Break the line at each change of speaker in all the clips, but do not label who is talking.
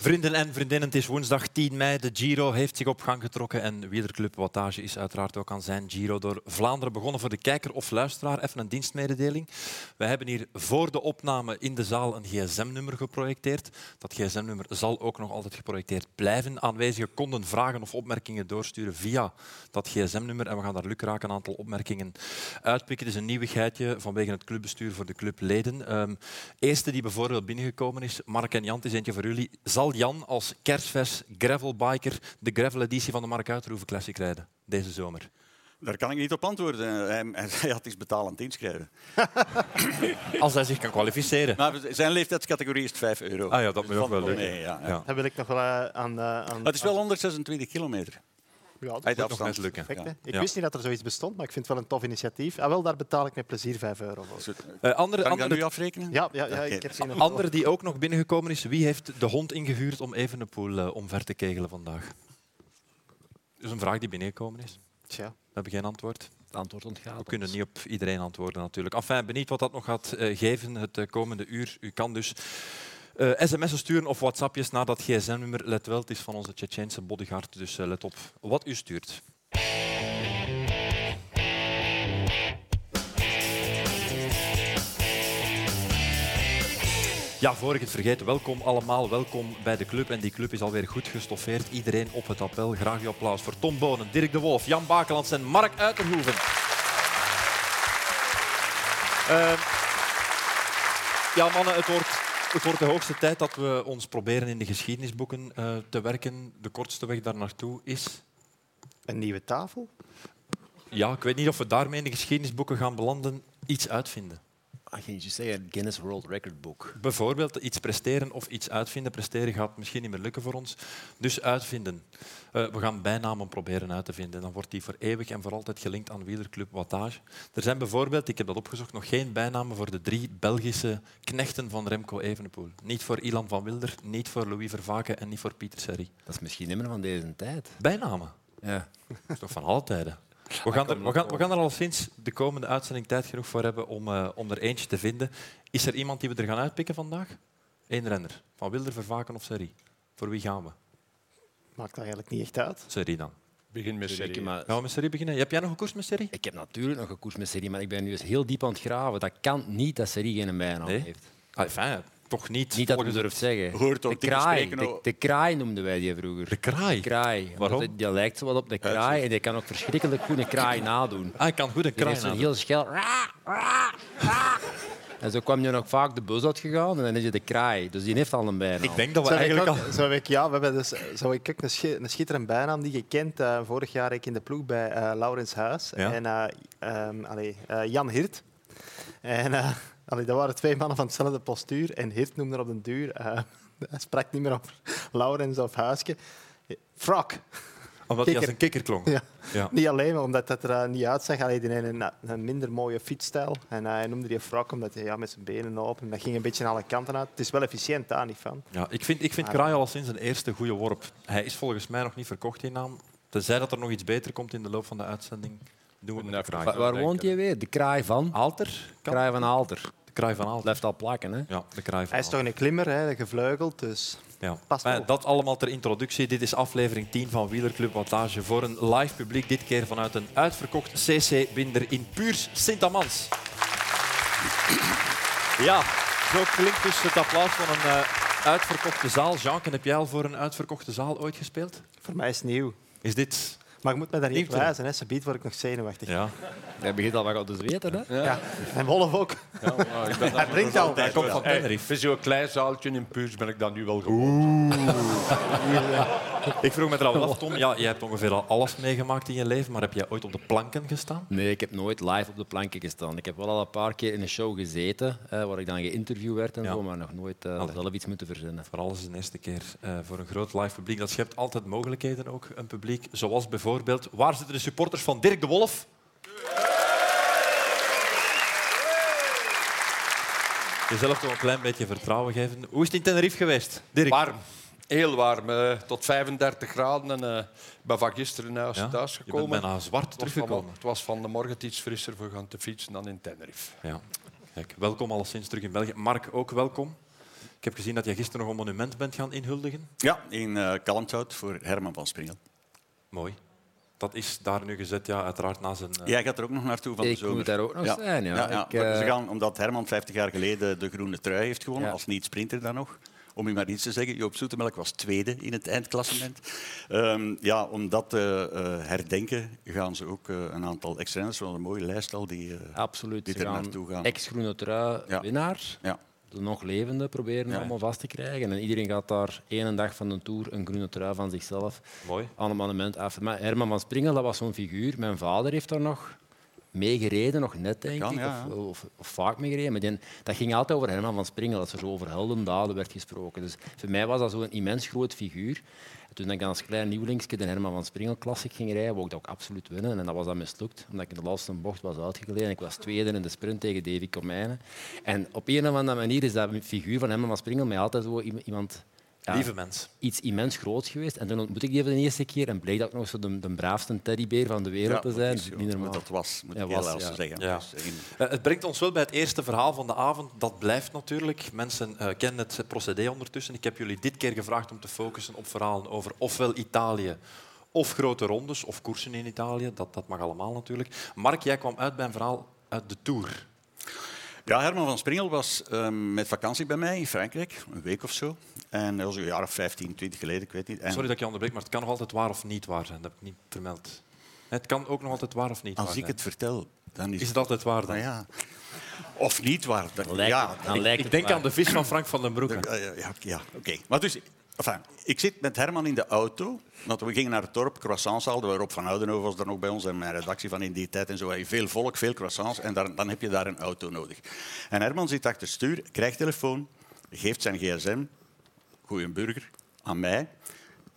Vrienden en vriendinnen, het is woensdag 10 mei. De Giro heeft zich op gang getrokken en wielerclub Wattage is uiteraard ook aan zijn Giro door Vlaanderen begonnen. Voor de kijker of luisteraar even een dienstmededeling. Wij hebben hier voor de opname in de zaal een gsm-nummer geprojecteerd. Dat gsm-nummer zal ook nog altijd geprojecteerd blijven. Aanwezigen konden vragen of opmerkingen doorsturen via dat gsm-nummer en we gaan daar lukraak een aantal opmerkingen uitpikken. Het is een nieuwigheidje vanwege het clubbestuur voor de clubleden. Ehm eerste die bijvoorbeeld binnengekomen is, Mark en Jan, het is eentje voor jullie. Zal Jan als kerstvers gravelbiker de gravel-editie van de Mark Uitroeven Classic rijden deze zomer?
Daar kan ik niet op antwoorden. Hij, hij had iets betalend inschrijven.
Als hij zich kan kwalificeren.
Maar zijn leeftijdscategorie is 5 euro.
Ah ja, dat moet
Dus
ook wel
valt
lukken.
mee, ja, ja.
Ja.
Daar wil ik nog wel eh, aan... eh, aan
Maar het is wel 126 kilometer.
ja, dat is
Hij de
Moet nog
afstand.
net lukken.
perfect, hè. Ik
Ja.
wist niet dat er zoiets bestond, maar ik vind het wel een tof initiatief. Ah, wel, daar betaal ik met plezier 5 euro voor.
Zo-
Eh, andere,
Kan ik dat
andere,
nu afrekenen?
Ja, ja, ja
Oké.
ik heb zin in.
andere die ook nog binnengekomen is, wie heeft de hond ingehuurd om even een poel eh, omver te kegelen vandaag? Dat is een vraag die binnengekomen is.
Tja.
We hebben geen antwoord.
Het antwoord ontgaat.
We kunnen niet op iedereen antwoorden natuurlijk. Enfin, benieuwd wat dat nog gaat eh, geven het eh, komende uur. U kan dus eh, sms'en sturen of whatsappjes naar dat gsm-nummer. Let wel, het is van onze Tsjetsjeense bodyguard, dus eh, let op wat u stuurt. Ja, voor ik het vergeet, welkom allemaal, welkom bij de club. En die club is alweer goed gestoffeerd. Iedereen op het appel. Graag uw applaus voor Tom Bonen, Dirk de Wolf, Jan Bakelands en Mark Uiterhoeven. Eh, ja, mannen, het wordt, het wordt de hoogste tijd dat we ons proberen in de geschiedenisboeken eh, te werken. De kortste weg daar naartoe is...
Een nieuwe tafel?
Ja, ik weet niet of we daarmee in de geschiedenisboeken gaan belanden. Iets uitvinden.
I can just say a Guinness World Record book.
Bijvoorbeeld iets presteren of iets uitvinden. Presteren gaat misschien niet meer lukken voor ons. Dus uitvinden. Eh, we gaan bijnamen proberen uit te vinden. Dan wordt die voor eeuwig en voor altijd gelinkt aan wielerclub Wattage. Er zijn bijvoorbeeld, ik heb dat opgezocht, nog geen bijnamen voor de drie Belgische knechten van Remco Evenepoel. Niet voor Ilan van Wilder, niet voor Louis Vervaken en niet voor Pieter Serri.
Dat is misschien nimmer van deze tijd.
Bijnamen.
Ja.
Dat is toch van alle tijden. We gaan, er, we, gaan, we gaan er al sinds de komende uitzending tijd genoeg voor hebben om, eh, om er eentje te vinden. Is er iemand die we er gaan uitpikken vandaag? Eén renner. Van Wilder, Vervaken of Serie? Voor wie gaan we?
Maakt dat eigenlijk niet echt uit.
Serie dan.
Begin met serie.
maar
Gaan we met Serie beginnen? Heb jij nog een koers met Serie?
ik heb natuurlijk nog een koers met Serie, maar ik ben nu eens heel diep aan het graven. Dat kan niet dat Serie geen bijnaam
Nee.
heeft.
Ah, fijn, toch niet.
Niet dat ik
volgens
het durf zeggen.
Hoort
de
ook die
kraai.
spreken
De,
over-
de kraai noemden wij die vroeger.
de kraai.
kraai. omdat
Waarom?
die- Die lijkt zo wat op de kraai en die kan ook verschrikkelijk goed een kraai nadoen.
Ah, ik kan goed een
Die
kraai
heeft zo'n
nadoen.
heel schel. "Ra, ra, ra." En zo kwam je nog vaak de bus uitgegaan en dan is je de kraai. Dus die heeft al een bijnaam.
Ik denk dat we
Zou ik,
eigenlijk al...
ook- zou ik, ja, we hebben dus, zou ik ook een, schi- een schitterend bijnaam die je kent. eh, vorig jaar reed ik in de ploeg bij eh, Laurens Huis
Ja.
en eh, ehm, allee, eh, Jan Hirt. En eh, allee, dat waren twee mannen van hetzelfde postuur. En Hirt noemde op den duur, eh, hij sprak niet meer over Laurens of Huiske. Frog.
Omdat hij als
kikker.
een kikker klonk.
Ja.
Ja.
Niet alleen maar omdat dat er eh, niet uitzag. Allee, die had een, een minder mooie fietsstijl. En eh, hij noemde die Frog omdat hij ja, met zijn benen open. En dat ging een beetje aan alle kanten uit. Het is wel efficiënt, daar niet van.
Ja, ik vind, ik vind Kraai al sinds een eerste goede worp. Hij is volgens mij nog niet verkocht, die naam. Tenzij dat er nog iets beter komt in de loop van de uitzending, doen we het met de
Wa-
Kraai.
nou Waar woont je weer? De kraai van?
Alter? Kan?
Kraai van Alter.
De kraai van Aalten.
Blijft al plakken, hè?
Ja, de kraai van
Hij is toch
Aalten.
een klimmer, hè, gevleugeld. Dus
Ja.
Past
Maar
wel.
dat allemaal ter introductie. Dit is aflevering 10 van Wielerclub Wattage voor een live publiek. Dit keer vanuit een uitverkocht CC-binder in Puurs Sint-Amans. Ja, zo klinkt dus het applaus van een eh, uitverkochte zaal. Jeanken, heb jij al voor een uitverkochte zaal ooit gespeeld?
voor mij is het nieuw.
Is dit...
Maar je moet me daar niet
Nieuw
op wijzen, hè. Ze biedt word ik nog zenuwachtig.
Ja.
Hij begint al wat op te zweten, hè?
Ja. En Wolf ook.
Ja, maar ik ben
Hij
daar-
drinkt al.
Hij komt van
Hey,
Tenerife.
voor zo'n klein zaaltje in Puurs ben ik dan nu wel gewoon.
Ik vroeg me er al af, Tom. Ja, jij hebt ongeveer al alles meegemaakt in je leven, maar heb jij ooit op de planken gestaan?
Nee, ik heb nooit live op de planken gestaan. Ik heb wel al een paar keer in een show gezeten, eh, waar ik dan geïnterviewd werd en
Ja.
zo, maar nog nooit eh,
Allee.
zelf iets moeten verzinnen.
Voor alles de eerste keer eh, voor een groot live publiek. Dat schept altijd mogelijkheden ook, een publiek. Zoals bijvoorbeeld, waar zitten de supporters van Dirk de Wolf? Jezelf toch een klein beetje vertrouwen geven. Hoe is het in Tenerife geweest, Dirk?
Warm. Heel warm. eh, tot 35 graden. En, eh, ik ben van gisteren thuis,
Ja? Je bent
thuisgekomen.
bijna zwart
het, was van,
teruggekomen.
het was van de morgen iets frisser voor gaan te fietsen dan in Tenerife.
Ja. Kijk, welkom alleszins terug in België. Mark, ook welkom. Ik heb gezien dat jij gisteren nog een monument bent gaan inhuldigen.
Ja, in eh Kalmthout voor Herman van Springel.
Mooi. Dat is daar nu gezet, ja, uiteraard na zijn... eh,
Jij gaat er ook nog naartoe van de
Ik
zomer.
moet daar ook nog zijn, ja. Ik,
maar Ze
eh,
gaan, omdat Herman 50 jaar geleden de groene trui heeft gewonnen,
Ja.
als niet-sprinter dan nog. Om u maar iets te zeggen, Joop Zoetemelk was tweede in het eindklassement. Ehm, ja, om dat te eh, herdenken gaan ze ook eh, een aantal extra's van een mooie lijst al die... eh,
Absoluut.
Dit
Ze
er
gaan
naartoe gaan.
Ex-groene trui
Ja.
winnaar.
ja.
De nog levende proberen
Ja.
allemaal vast te krijgen. En iedereen gaat daar één dag van de tour een groene trui van zichzelf
Mooi.
aan een monument af. Maar Herman van Springel, dat was zo'n figuur. Mijn vader heeft daar nog mee gereden, nog net denk
kan,
ik.
ja,
Of, of, of vaak mee gereden. Maar die- dat ging altijd over Herman van Springel, dat er zo over heldendaden werd gesproken. Dus voor mij was dat zo'n immens groot figuur. En Toen ik als klein nieuwelingsje de Herman van Springel Classic ging rijden, wou ik dat ook absoluut winnen. En dat was dan mislukt, omdat ik in de laatste bocht was uitgegleden. Ik was tweede in de sprint tegen Davy Komijnen. En op een of andere manier is dat figuur van Herman van Springel mij altijd zo i- iemand... ja,
Lieve mens.
iets immens groots geweest. En toen ontmoette ik die voor de eerste keer en bleek dat ik nog zo de, de braafste teddybeer van de wereld te
dat
zijn.
is zo.
Niet normaal.
Dat was, moet
Ja,
ik
was,
helaas
ja.
zeggen.
Ja.
Dus in-
Eh, Het brengt ons wel bij het eerste verhaal van de avond. Dat blijft natuurlijk. Mensen eh, kennen het procedé ondertussen. Ik heb jullie dit keer gevraagd om te focussen op verhalen over ofwel Italië of grote rondes of koersen in Italië. Dat, dat mag allemaal natuurlijk. Mark, jij kwam uit bij een verhaal uit de Tour.
Ja, Herman van Springel was ehm, met vakantie bij mij in Frankrijk, een week of zo. En dat was een jaar of 15, 20 geleden, ik weet niet. En
Sorry dat ik je onderbreek, maar het kan nog altijd waar of niet waar zijn. Dat heb ik niet vermeld. Het kan ook nog altijd waar of niet waar
als ik
zijn.
het vertel, dan is,
Is het altijd waar dan?
Nou ja. Of niet waar. Dat,
Lijkt
ja,
het- dan lijkt
Ik
het
denk
maar.
aan de vis van Frank van den Broeke.
Eh, ja, ja, ja, oké. Maar dus, enfin, ik zit met Herman in de auto. Want we gingen naar het dorp, croissants haalden. Rob van Oudenhoven was daar nog bij ons en mijn redactie van in die tijd. En zo Hey, veel volk, veel croissants. En daar, dan heb je daar een auto nodig. En Herman zit achter het stuur, krijgt telefoon, geeft zijn gsm, goeie burger, aan mij.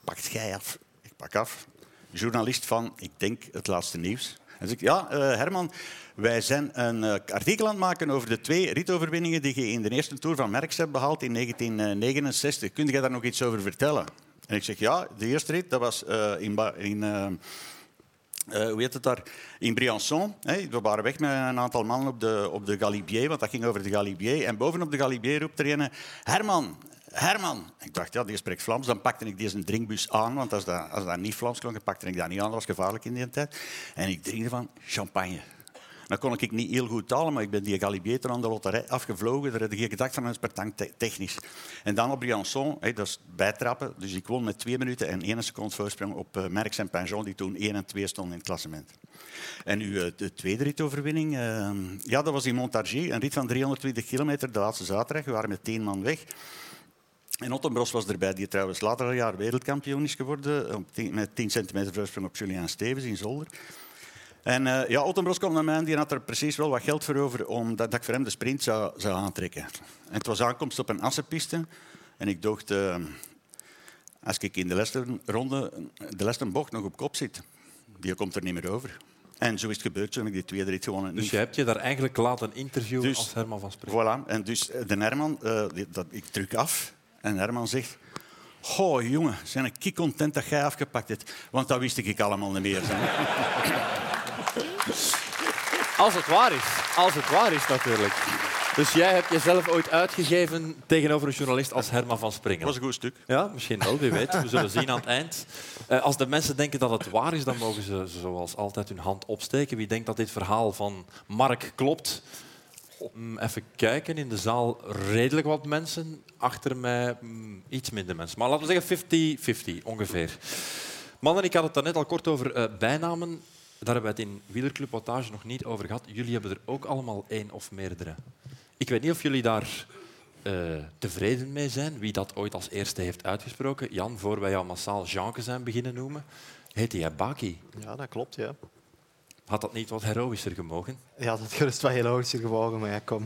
Pakt jij af? Ik pak af. Journalist van, ik denk, het laatste nieuws. En zeg ik, ja, eh, Herman, wij zijn een eh, artikel aan het maken over de twee ritoverwinningen die je in de eerste Tour van Merckx hebt behaald in 1969. Kun jij daar nog iets over vertellen? En ik zeg, ja, de eerste rit, dat was eh, in... Ba- in eh, eh, hoe heet het daar, in Briançon. Hè, we waren weg met een aantal mannen op de, op de Galibier, want dat ging over de Galibier. En bovenop de Galibier roept er een, Herman, Herman. Ik dacht, ja, die spreekt Vlaams. Dan pakte ik deze drinkbus aan, want als dat, als dat niet Vlaams klonk, dan pakte ik dat niet aan. Dat was gevaarlijk in die tijd. En ik drink ervan champagne. Dan kon ik niet heel goed talen, maar ik ben die Galibier aan de loterij afgevlogen. Daar had ik gedacht van, dat is per tank te- technisch. En dan op Briançon, hè, dat is bijtrappen. Dus ik won met twee minuten en één seconde voorsprong op eh, Merckx en Pinjon, die toen 1 en 2 stonden in het klassement. En nu eh, de tweede ritoverwinning. eh, ja, dat was in Montargis, een rit van 320 kilometer, de laatste zaterdag. We waren met tien man weg. En Ottenbros was erbij, die trouwens later een jaar wereldkampioen is geworden. eh, op tien- met 10 centimeter voorsprong op Julian Stevens in Zolder. En eh, ja, Ottenbros kwam naar mij en die had er precies wel wat geld voor over omdat dat ik voor hem de sprint zou, zou aantrekken. En het was aankomst op een assenpiste. En ik dacht, eh, als ik in de laatste ronde, de laatste bocht nog op kop zit, die komt er niet meer over. En zo is het gebeurd, toen heb ik die tweede rit gewonnen.
Dus je hebt je daar eigenlijk laten interviewen
Dus-
als Herman van Spreken.
Voilà. En dus eh, de Herman, eh, die- dat, ik druk af. En Herman zegt... Goh, jongen, zijn ik kik content dat jij afgepakt hebt. Want dat wist ik allemaal niet meer. hè.
Als het waar is. Als het waar is, natuurlijk. Dus jij hebt jezelf ooit uitgegeven
Tegenover een journalist als Herman van Springen.
Dat was een goed stuk.
Ja, misschien wel, wie weet. We zullen zien aan het eind. Eh, als de mensen denken dat het waar is, dan mogen ze zoals altijd hun hand opsteken. Wie denkt dat dit verhaal van Mark klopt? Mm, even kijken, in de zaal redelijk wat mensen. Achter mij mm, iets minder mensen. Maar laten we zeggen 50-50 ongeveer. Mannen, ik had het daarnet al kort over eh, bijnamen. Daar hebben we het in Wielerclub Wattage nog niet over gehad. Jullie hebben er ook allemaal één of meerdere. Ik weet niet of jullie daar eh, tevreden mee zijn. Wie dat ooit als eerste heeft uitgesproken. Jan, voor wij jou massaal Jeanke zijn beginnen noemen, heette jij Baki.
Ja, dat klopt, ja.
Had dat niet wat heroïscher gemogen?
Ja, dat gerust wel heel hoog gewogen, maar ja, kom.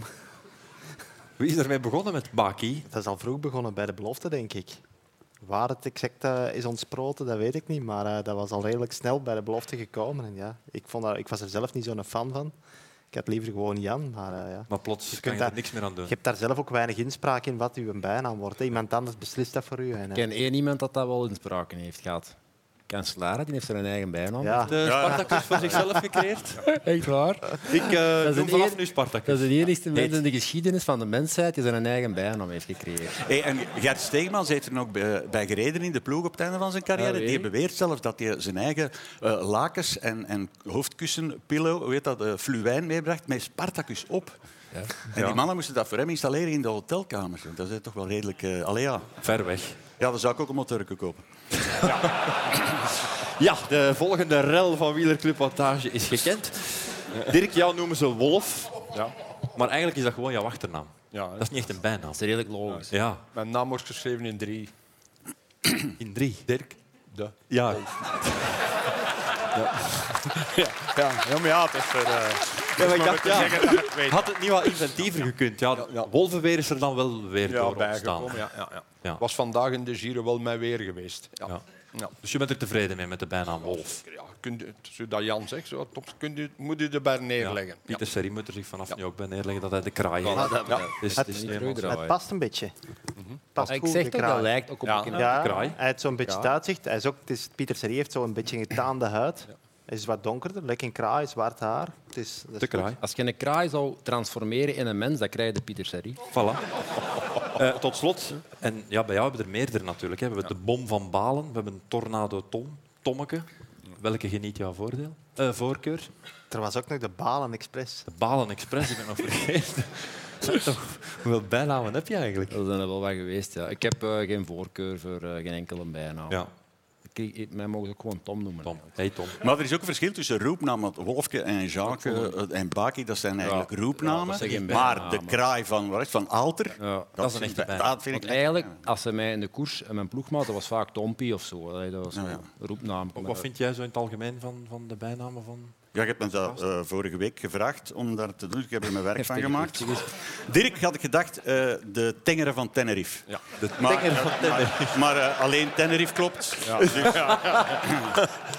Wie is ermee begonnen met Baki?
Dat is al vroeg begonnen bij de belofte, denk ik. Waar het exact eh, is ontsproten, dat weet ik niet. Maar eh, dat was al redelijk snel bij de belofte gekomen. En ja, ik, vond dat, ik was er zelf niet zo'n fan van. Ik had liever gewoon Jan. Maar, eh, ja.
Maar plots
Je
kan
kunt
je er
daar-
niks meer aan
Je
doen.
hebt daar zelf ook weinig inspraak in wat uw bijnaam wordt. hè. Iemand anders beslist dat voor u. En,
Ik
eh,
ken één iemand dat dat wel inspraken heeft gehad. Cancellara, die heeft er een eigen bijnaam.
Ja.
De Spartacus voor zichzelf gecreëerd.
Echt waar?
Ik eh,
is
noem
een
vanaf
eer-
nu Spartacus.
Dat is de enigste mens in de geschiedenis van de mensheid die zijn eigen bijnaam heeft gecreëerd.
Hey, en Gert Steegman heeft er ook bij bij gereden in de ploeg op het einde van zijn
Ja,
carrière.
weet
Die
ik.
beweert zelfs dat hij zijn eigen eh, lakens en, en hoofdkussen, pillow, hoe heet dat, eh, fluwijn meebracht met Spartacus op. En die mannen moesten dat voor hem installeren in de hotelkamers. Dat is toch wel redelijk... eh allee, ja.
Ver weg.
ja, dan zou ik ook een motorke kopen.
Ja, de volgende rel van wielerclub Wantage is gekend. Dirk, jou noemen ze Wolf.
Maar eigenlijk is dat gewoon jouw achternaam.
Ja, hè.
Dat is niet echt een bijnaam.
Dat is redelijk logisch.
Ja,
Mijn naam wordt geschreven in drie.
in drie.
Dirk. De.
Ja.
Ja, ja, maar ja, het is er...
Ja, maar ik dacht, ja,
weet.
Had het niet wat inventiever gekund? Ja,
ja.
Wolvenweer is er dan wel weer
Ja,
door ontstaan.
bijgekomen. Ja, ja, ja.
Ja.
Was vandaag in de Giro wel mijn weer geweest. Ja.
Ja.
Ja.
Dus je bent er tevreden mee met de bijnaam Wolf?
kunt u, zo dat Jan zegt, zo, top, kunt u, moet u erbij neerleggen. Ja.
Pieter Serie moet er zich vanaf nu ook bij neerleggen dat hij de kraai heeft.
Ja. Ja.
Het is- het is
Het-
niet
Niet
helemaal-
terugdraaien.
Het past een beetje.
Mhm.
Past
Ik
goed,
zeg
de
dat dat
kraai.
lijkt ook op
Ja.
een kind.
Ja,
kraai.
hij heeft zo'n beetje het uitzicht. Hij is ook, het is, Pieter Serie heeft zo'n beetje een getaande huid. Hij is wat donkerder, lekker een kraai, zwart haar. Het is, dat
de
is goed.
kraai.
Als je een kraai zou transformeren in een mens, dan krijg je de Pieter Serie.
Voilà. Eh, tot slot, en ja, bij jou hebben we er meerdere natuurlijk. Hè. We hebben de bom van Balen, we hebben Tornado Tom, Tommeke. Welke geniet jouw voordeel? Eh, voorkeur?
Er was ook nog de Balen Express.
De Balen Express, ik ben nog vergeten. Zeg toch, Hoeveel bijnamen heb je eigenlijk?
Dat zijn er wel wat geweest. Ja. Ik heb eh, geen voorkeur voor eh, geen enkele bijnaam.
Ja,
Ik- ik- Mij mogen ze ook gewoon Tom noemen.
Tom. Hey Tom.
Maar er is ook een verschil tussen roepnamen. want Wolfke en Jacques eh, en Baki, dat zijn eigenlijk
ja, dat
roepnamen.
zijn geen
maar de
bijnamen.
kraai van, wat is het, van Alter,
Ja.
Dat is een echte bijnaam.
dat vind ik
Want
echt-
eigenlijk, als ze mij in de koers, en mijn ploegmaat, dat was vaak Tompie of zo. Allee, Dat was een roepnaam.
Wat vind jij zo in het algemeen van, van de bijnamen van...
Ja, ik heb me dat eh, vorige week gevraagd om daar te doen. Ik heb er mijn werk van
Heftige
gemaakt. Dirk had ik gedacht, eh, de tengere van Tenerife.
Ja.
de tengere van Tenerife. Maar, eh, alleen Tenerife klopt. Dus,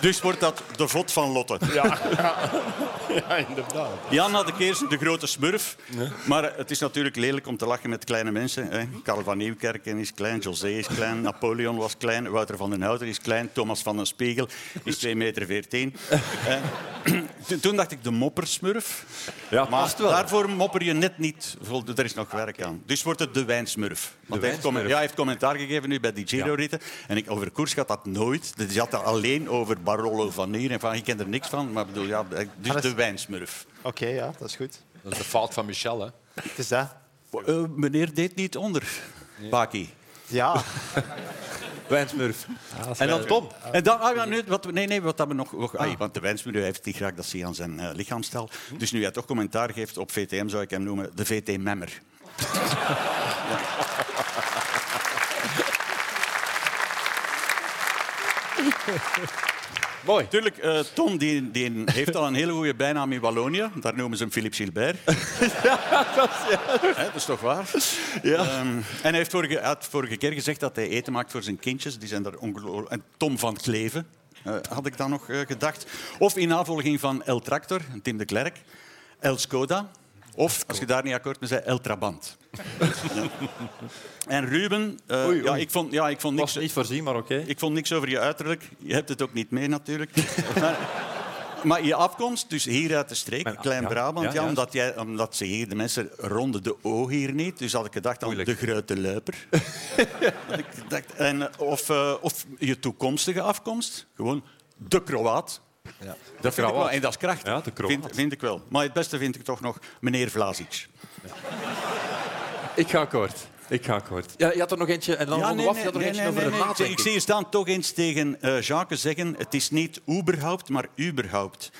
dus wordt dat de vod van Lotte.
Ja, inderdaad.
Jan had een keer de grote smurf. Maar eh, het is natuurlijk lelijk om te lachen met kleine mensen. Hè. Karel van Nieuwkerken is klein, José is klein, Napoleon was klein, Wouter van den Houten is klein, Thomas van den Spiegel is 2,14 meter. Eh, to- Toen dacht ik de moppersmurf.
Ja,
maar daarvoor mopper je net niet. Voldoende- Er is nog werk aan. Dus wordt het de wijnsmurf. Want hij,
wijnsmurf.
heeft commen- ja, hij heeft commentaar gegeven nu bij die Giro-ritten. En ik, over koers gaat dat nooit. Dit zat daar alleen over Barolo van hier. En van, ik ken er niks van. Maar ik bedoel, ja, dus
dat is-
de wijnsmurf.
Oké, ja, dat is goed.
Dat is de fout van Michel, hè.
Het is dat.
Eh, meneer deed niet onder, Baki.
Ja,
Wijnsmurf. en dan Tom.
En dan, ah, ja, nu, wat, nee, nee, wat hebben we nog... nog- ah, want de wensmenu heeft niet graag dat ze aan zijn eh, lichaamstel.
Hm.
Dus nu hij toch commentaar geeft op VTM, zou ik hem noemen de VT-memmer.
Mooi.
Tuurlijk, eh, Tom die, die heeft al een hele goede bijnaam in Wallonië. Daar noemen ze hem Philippe Gilbert. ja, dat, is, dat is toch waar? Ja. en hij heeft vorige, had vorige keer gezegd dat hij eten maakt voor zijn kindjes. Die zijn daar ongelooflijk... En Tom van Kleven, eh, had ik dan nog eh, gedacht. Of in navolging van El Tractor, Tim de Klerk. El Skoda. Of, als je daar niet akkoord mee bent, El Trabant. Ja. En Ruben, eh, Ja, ik vond, ja, ik vond niks...
Was niet voorzien, maar oké.
Ik vond niks over je uiterlijk. Je hebt het ook niet mee, natuurlijk. maar, maar je afkomst, dus hier uit de streek,
Mijn- ja,
Klein-Brabant,
ja,
ja,
juist.
omdat, jij, omdat ze hier, de mensen ronden de O hier niet. Dus had ik gedacht aan
Moeilijk.
de grote luiper. Want ik dacht, en, eh, of, eh, of je toekomstige afkomst, gewoon de Kroaat. Dat vind ik wel,
Kroaat.
en dat is kracht.
Ja, de Kroaat.
Vind, vind ik wel. Maar het beste vind ik toch nog meneer Vlazic.
Ik ga kort. Ik ga kort. Ja, je had er nog eentje en dan
Ja,
ja,
nee,
af.
nee,
Je had er
nee,
eentje
nee,
over
nee,
het
nee.
laatste.
Ik zie je staan toch eens tegen eh Jacques zeggen: het is niet überhaupt, maar überhaupt.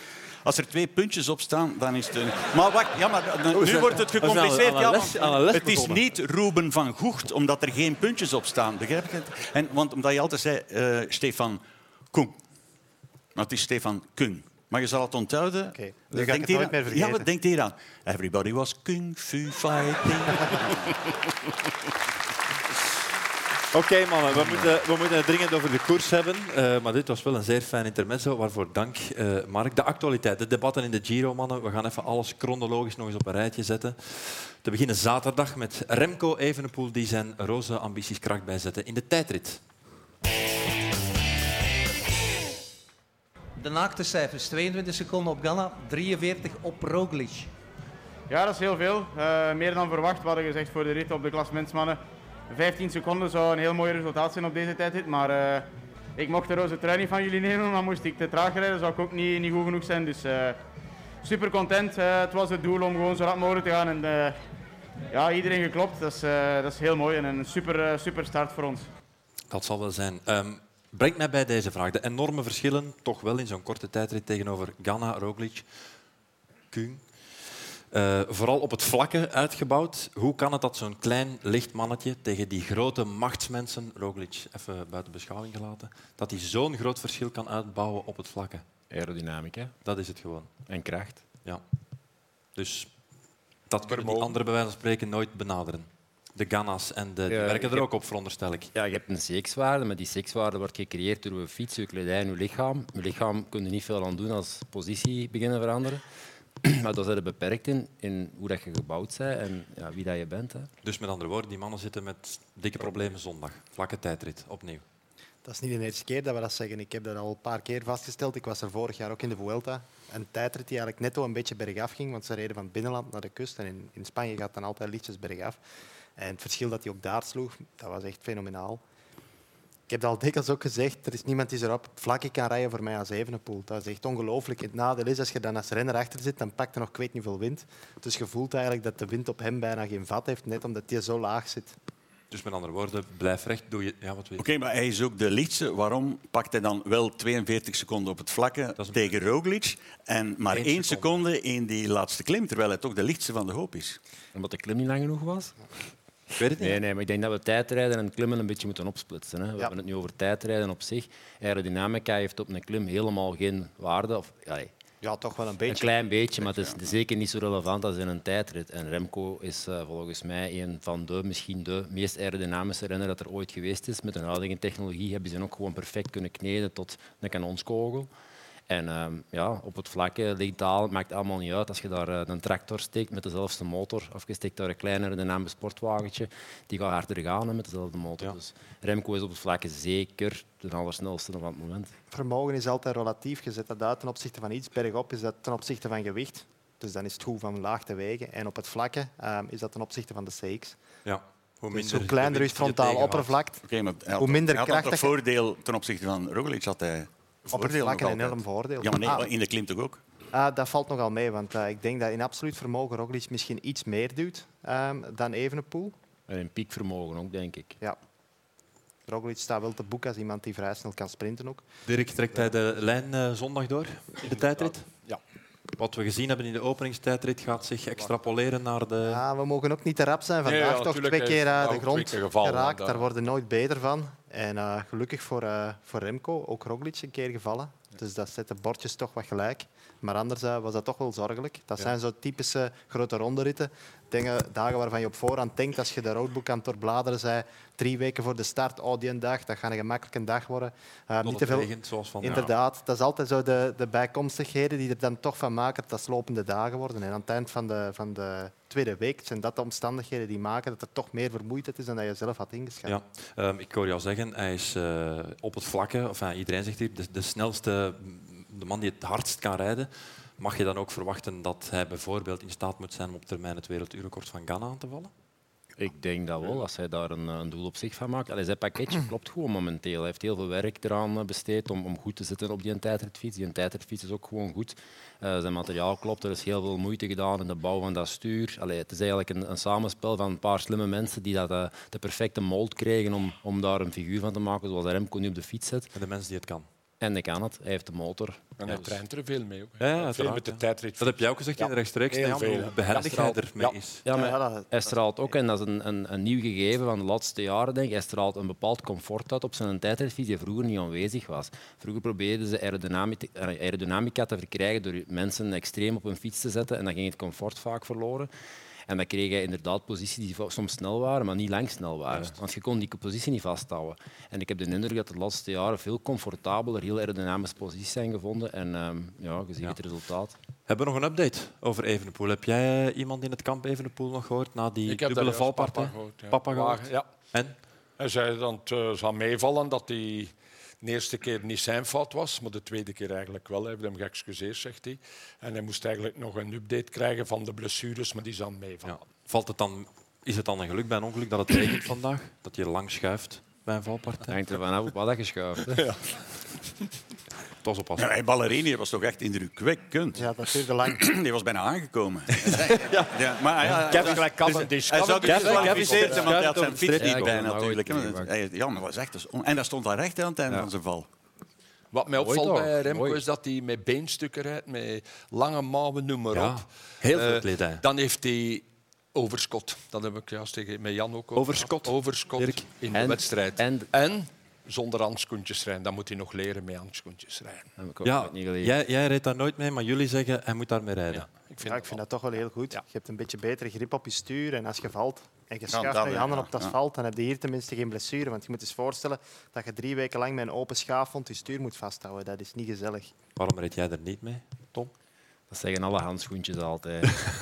Als er twee puntjes op staan, dan is het. een- Maar wacht, ja, maar eh, nu
zijn-
wordt het
we zijn aan-
gecompliceerd.
aan
ja,
een les-
want
aan een les
het is
begonnen.
niet Ruben van Goegt, omdat er geen puntjes op staan. Begrijp je het? En, want omdat je altijd zei, eh, Stefan Koen. Maar het is Stefan Kun. Maar je zal het onthouden.
Oké, dan
Denk
ga ik het
hier
nooit
aan-
meer vergeten.
Ja, wat denkt hier aan? Everybody was kung fu fighting.
Oké, mannen, we moeten, we moeten het dringend over de koers hebben. Eh, maar dit was wel een zeer fijn intermezzo. Waarvoor dank, eh, Mark. De actualiteit, de debatten in de Giro, mannen. We gaan even alles chronologisch nog eens op een rijtje zetten. Te beginnen zaterdag met Remco Evenepoel, die zijn roze ambities kracht bijzette in de tijdrit.
De naakte cijfers, 22 seconden op Ganna, 43 op Roglic.
Ja, dat is heel veel. Eh, meer dan verwacht. We hadden gezegd voor de rit op de klasmensmannen. 15 seconden zou een heel mooi resultaat zijn op deze tijdrit. Maar eh, ik mocht de roze trui niet van jullie nemen. Maar moest ik te traag rijden, zou ik ook niet, niet goed genoeg zijn. Dus eh, super content. Eh, het was het doel om gewoon zo rap mogelijk te gaan. En eh, ja, iedereen geklopt. Dat is, eh, dat is heel mooi en een super, eh, super start voor ons.
Dat zal wel zijn. Ehm, brengt mij bij deze vraag. De enorme verschillen, toch wel in zo'n korte tijdrit tegenover Ghana, Roglic, Kuhn. Eh, vooral op het vlakke uitgebouwd. Hoe kan het dat zo'n klein, licht mannetje tegen die grote machtsmensen, Roglic even buiten beschouwing gelaten, dat hij zo'n groot verschil kan uitbouwen op het vlakke?
Aerodynamica
Dat is het gewoon.
en kracht.
Ja. Dus dat kunnen die anderen bij wijze van spreken nooit benaderen. De Ghana's en de, die
Ja,
werken
ik
er ook op, veronderstel ik.
Ja, je hebt een sekswaarde, maar die sekswaarde wordt gecreëerd door uw fiets, uw kledij en uw lichaam. Uw lichaam kun je niet veel aan doen als positie beginnen veranderen. Maar daar zijn beperkt in, in hoe dat je gebouwd bent en ja, wie dat je bent. Hè.
Dus met andere woorden, die mannen zitten met dikke problemen zondag. Vlakke tijdrit, opnieuw.
Dat is niet de eerste keer dat we dat zeggen. Ik heb dat al een paar keer vastgesteld. Ik was er vorig jaar ook in de Vuelta. Een tijdrit die eigenlijk netto een beetje bergaf ging, want ze reden van het binnenland naar de kust. En in, in Spanje gaat het dan altijd lichtjes bergaf. En het verschil dat hij ook daar sloeg, dat was echt fenomenaal. Ik heb dat al dikwijls ook gezegd, er is niemand die zo rap op vlakke kan rijden voor mij als Evenepoel. Dat is echt ongelooflijk. Het nadeel is, als je dan als renner achter zit, dan pakt er nog ik weet niet veel wind. Dus je voelt eigenlijk dat de wind op hem bijna geen vat heeft, net omdat hij zo laag zit.
Dus met andere woorden, blijf recht, doe je... Ja, wat wil je?
Oké, maar hij is ook de lichtste. Waarom pakt hij dan wel 42 seconden op het vlakke
is een
tegen Roglic en maar
Eén
1 seconde. in die laatste klim, terwijl hij toch de lichtste van de hoop is?
Omdat de klim niet lang genoeg was.
Ik weet het niet.
Nee, nee, maar ik denk dat we tijdrijden en klimmen een beetje moeten opsplitsen. Hè. We
Ja.
hebben het nu over tijdrijden op zich. Aerodynamica heeft op een klim helemaal geen waarde. Of, allee,
Ja, toch wel een
een
beetje.
klein beetje, maar het is zeker niet zo relevant als in een tijdrit. En Remco is eh, volgens mij een van de, misschien de meest aerodynamische renner dat er ooit geweest is. Met hun huidige technologie hebben ze hem ook gewoon perfect kunnen kneden tot een kanonskogel. En ehm, ja, op het vlakke, digitaal, maakt allemaal niet uit. Als je daar eh, een tractor steekt met dezelfde motor, of je steekt daar een kleiner dynamisch sportwagentje, die gaat harder gaan hè, met dezelfde motor. Dus Remco is op het vlakke zeker de allersnelste van het moment.
vermogen is altijd relatief. Je zet dat uit ten opzichte van iets. Bergop is dat ten opzichte van gewicht. Dus dan is het goed van laag te wegen. En op het vlakke ehm, is dat ten opzichte van de CX.
Ja. Hoe
Dus
minder, hoe
hoe kleiner is
minder je
frontaal
tegenhoudt.
oppervlak,
Oké, maar hij had-
Hoe minder
hij had dan
krachtig-
toch voordeel ten opzichte van Roglic had hij
op het
voordeel
vlak
nog
een enorm
altijd.
voordeel.
Ja, maar nee,
Ah,
in de klim toch ook?
ah, dat valt nogal mee, want eh, ik denk dat in absoluut vermogen Roglic misschien iets meer duwt ehm, dan Evenepoel.
En in piekvermogen ook, denk ik.
Ja. Roglic staat wel te boek als iemand die vrij snel kan sprinten ook.
Dirk, trekt hij de lijn eh, zondag door in de tijdrit?
Ja.
Wat we gezien hebben in de openingstijdrit gaat zich extrapoleren naar de...
Ah, we mogen ook niet te rap zijn. Vandaag
Nee, ja,
toch
tuurlijk,
twee
hij is
keer eh, de
nou
grond
twee keer gevallen,
geraakt.
hè,
Daar
daar.
worden nooit beter van. En eh, gelukkig voor, eh, voor Remco, ook Roglic een keer gevallen. Dus dat zet de bordjes toch wat gelijk. Maar anders eh, was dat toch wel zorgelijk. Dat zijn zo typische grote ronderitten. Dingen, dagen waarvan je op voorhand denkt, als je de roadbook aan het doorbladeren zei, drie weken voor de start, oh die een dag, dat gaat een gemakkelijke dag worden. Eh,
Tot
niet te
het
veel
regent, zoals van...
Inderdaad, dat is altijd zo de, de bijkomstigheden die er dan toch van maken dat dat slopende dagen worden. En aan het eind van de, van de tweede week zijn dat de omstandigheden die maken dat er toch meer vermoeidheid is dan dat je zelf had ingeschat.
Ja, ehm, ik hoor jou zeggen, hij is eh, op het vlakke, of iedereen zegt hier, de, de snelste, de man die het hardst kan rijden. Mag je dan ook verwachten dat hij bijvoorbeeld in staat moet zijn om op termijn het werelduurrecord van Ghana aan te vallen?
Ik denk dat wel, als hij daar een, eh, een doel op zich van maakt. Allee, zijn pakketje klopt gewoon momenteel. Hij heeft heel veel werk eraan eh, besteed om, om goed te zitten op die tijdritfiets. Die tijdritfiets is ook gewoon goed. Eh, zijn materiaal klopt, er is heel veel moeite gedaan in de bouw van dat stuur. Allee, het is eigenlijk een, een samenspel van een paar slimme mensen die dat, eh, de perfecte mold kregen om, om daar een figuur van te maken, zoals Remco nu op de fiets zet.
En de mens die het kan.
En hij kan het, hij heeft de motor.
En hij traint er veel mee ook. hè.
Ja, ja,
veel
uiteraard,
met de
ja.
tijdrit.
Dat heb jij ook gezegd in de rechtstreeks,
Heel
Stijn,
veel,
hoe
hè.
behendig
Ja,
hij
straal.
ermee
Ja.
is.
Ja, maar
Ja, dat-
hij straalt ook, en dat is een, een, een nieuw gegeven van de laatste jaren, denk ik. Hij straalt een bepaald comfort uit op zijn tijdritfiets die vroeger niet aanwezig was. Vroeger probeerden ze aerodynami- eh, aerodynamica te verkrijgen door mensen extreem op hun fiets te zetten en dan ging het comfort vaak verloren. En dan kreeg je inderdaad posities die vo- soms snel waren, maar niet lang snel waren. Want je kon die positie niet vasthouden. En ik heb de indruk dat de laatste jaren veel comfortabeler, heel aerodynamische posities zijn gevonden. En ehm, ja, je ziet het resultaat.
Hebben we nog een update over Evenepoel? Heb jij eh, iemand in het kamp Evenepoel nog gehoord na die
Ik heb
dubbele
dat juist
valpartij?
papa gehoord, ja.
Papa gehoord?
Maar, ja.
En?
Hij zei dat het eh, zou meevallen dat hij De eerste keer niet zijn fout was, maar de tweede keer eigenlijk wel. Hij heeft hem geëxcuseerd, zegt hij. En hij moest eigenlijk nog een update krijgen van de blessures, maar die is aan meevallen.
Ja. Valt het dan, is het dan een geluk bij een ongeluk dat het regent vandaag? Dat je lang schuift bij een
Dat
valpartij?
hangt er vanaf op wat dat geschuift. hè.
Toch oppassen.
Ja, hey, Ballerini was toch echt indrukwekkend.
Ja, dat duurde lang.
Die was bijna aangekomen. ja. maar hij- hij,
Kevin gelijk Cavendish.
hij zou
Kevin-
gedisqualificeerd zijn, want hij had
Kevin-
zijn fiets
Kevin-
niet bij
Ja, goed,
natuurlijk.
maar goed,
Hij- Ja, maar dat was echt... dus on- En daar stond hij recht aan het einde van zijn val.
Wat mij
Mooi
opvalt
toch?
bij Remco
Mooi.
is dat hij met beenstukken rijdt, met lange mouwen, noem maar
Ja,
op.
heel veel
Eh,
kledij.
Dan heeft hij overschot. Dat heb ik juist tegen met Jan ook over.
Overschot?
Overschot
Dirk.
in de
En-
wedstrijd.
en-
en zonder handschoentjes rijden. Dan moet hij nog leren met handschoentjes rijden.
Dat heb ik ook
Ja,
nooit niet geleerd.
jij, jij rijdt daar nooit mee, maar jullie zeggen hij moet daarmee rijden.
Ja, ik vind
Ja, ik vind dat toch wel heel goed.
Ja.
Je hebt een beetje betere grip op je stuur. En als je valt en je
dat
schuift met je
wel,
handen
ja.
op het asfalt, dan heb je hier tenminste geen blessure. Want je moet eens voorstellen dat je drie weken lang met een open schaafwond je stuur moet vasthouden. Dat is niet gezellig.
Waarom reed jij er niet mee, Tom?
Dat zeggen alle handschoentjes altijd.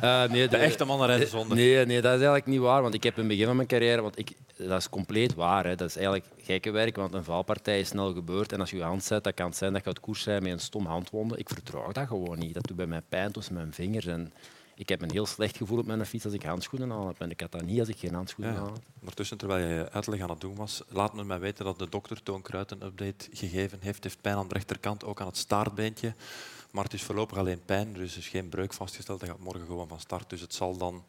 Eh, nee,
De echte mannen rijden zonder.
Nee, nee, dat is eigenlijk niet waar. Want ik heb in het begin van mijn carrière, want ik, dat is compleet waar. Hè. Dat is eigenlijk gekke werk, want een valpartij is snel gebeurd. En als je je hand zet, dat kan het zijn dat je uit koers zijn met een stom handwonde. Ik vertrouw dat gewoon niet. Dat doet bij mij pijn tussen mijn vingers. En ik heb een heel slecht gevoel op mijn fiets als ik handschoenen aan heb. En ik had dat niet als ik geen handschoenen
Ja,
aan
ja.
had.
Ondertussen, terwijl je uitleg aan het doen was, laat me mij weten dat de dokter Toon Kruid een update gegeven heeft. Heeft pijn aan de rechterkant, ook aan het staartbeentje. Maar het is voorlopig alleen pijn, dus er is geen breuk vastgesteld. Hij gaat morgen gewoon van start, dus het zal dan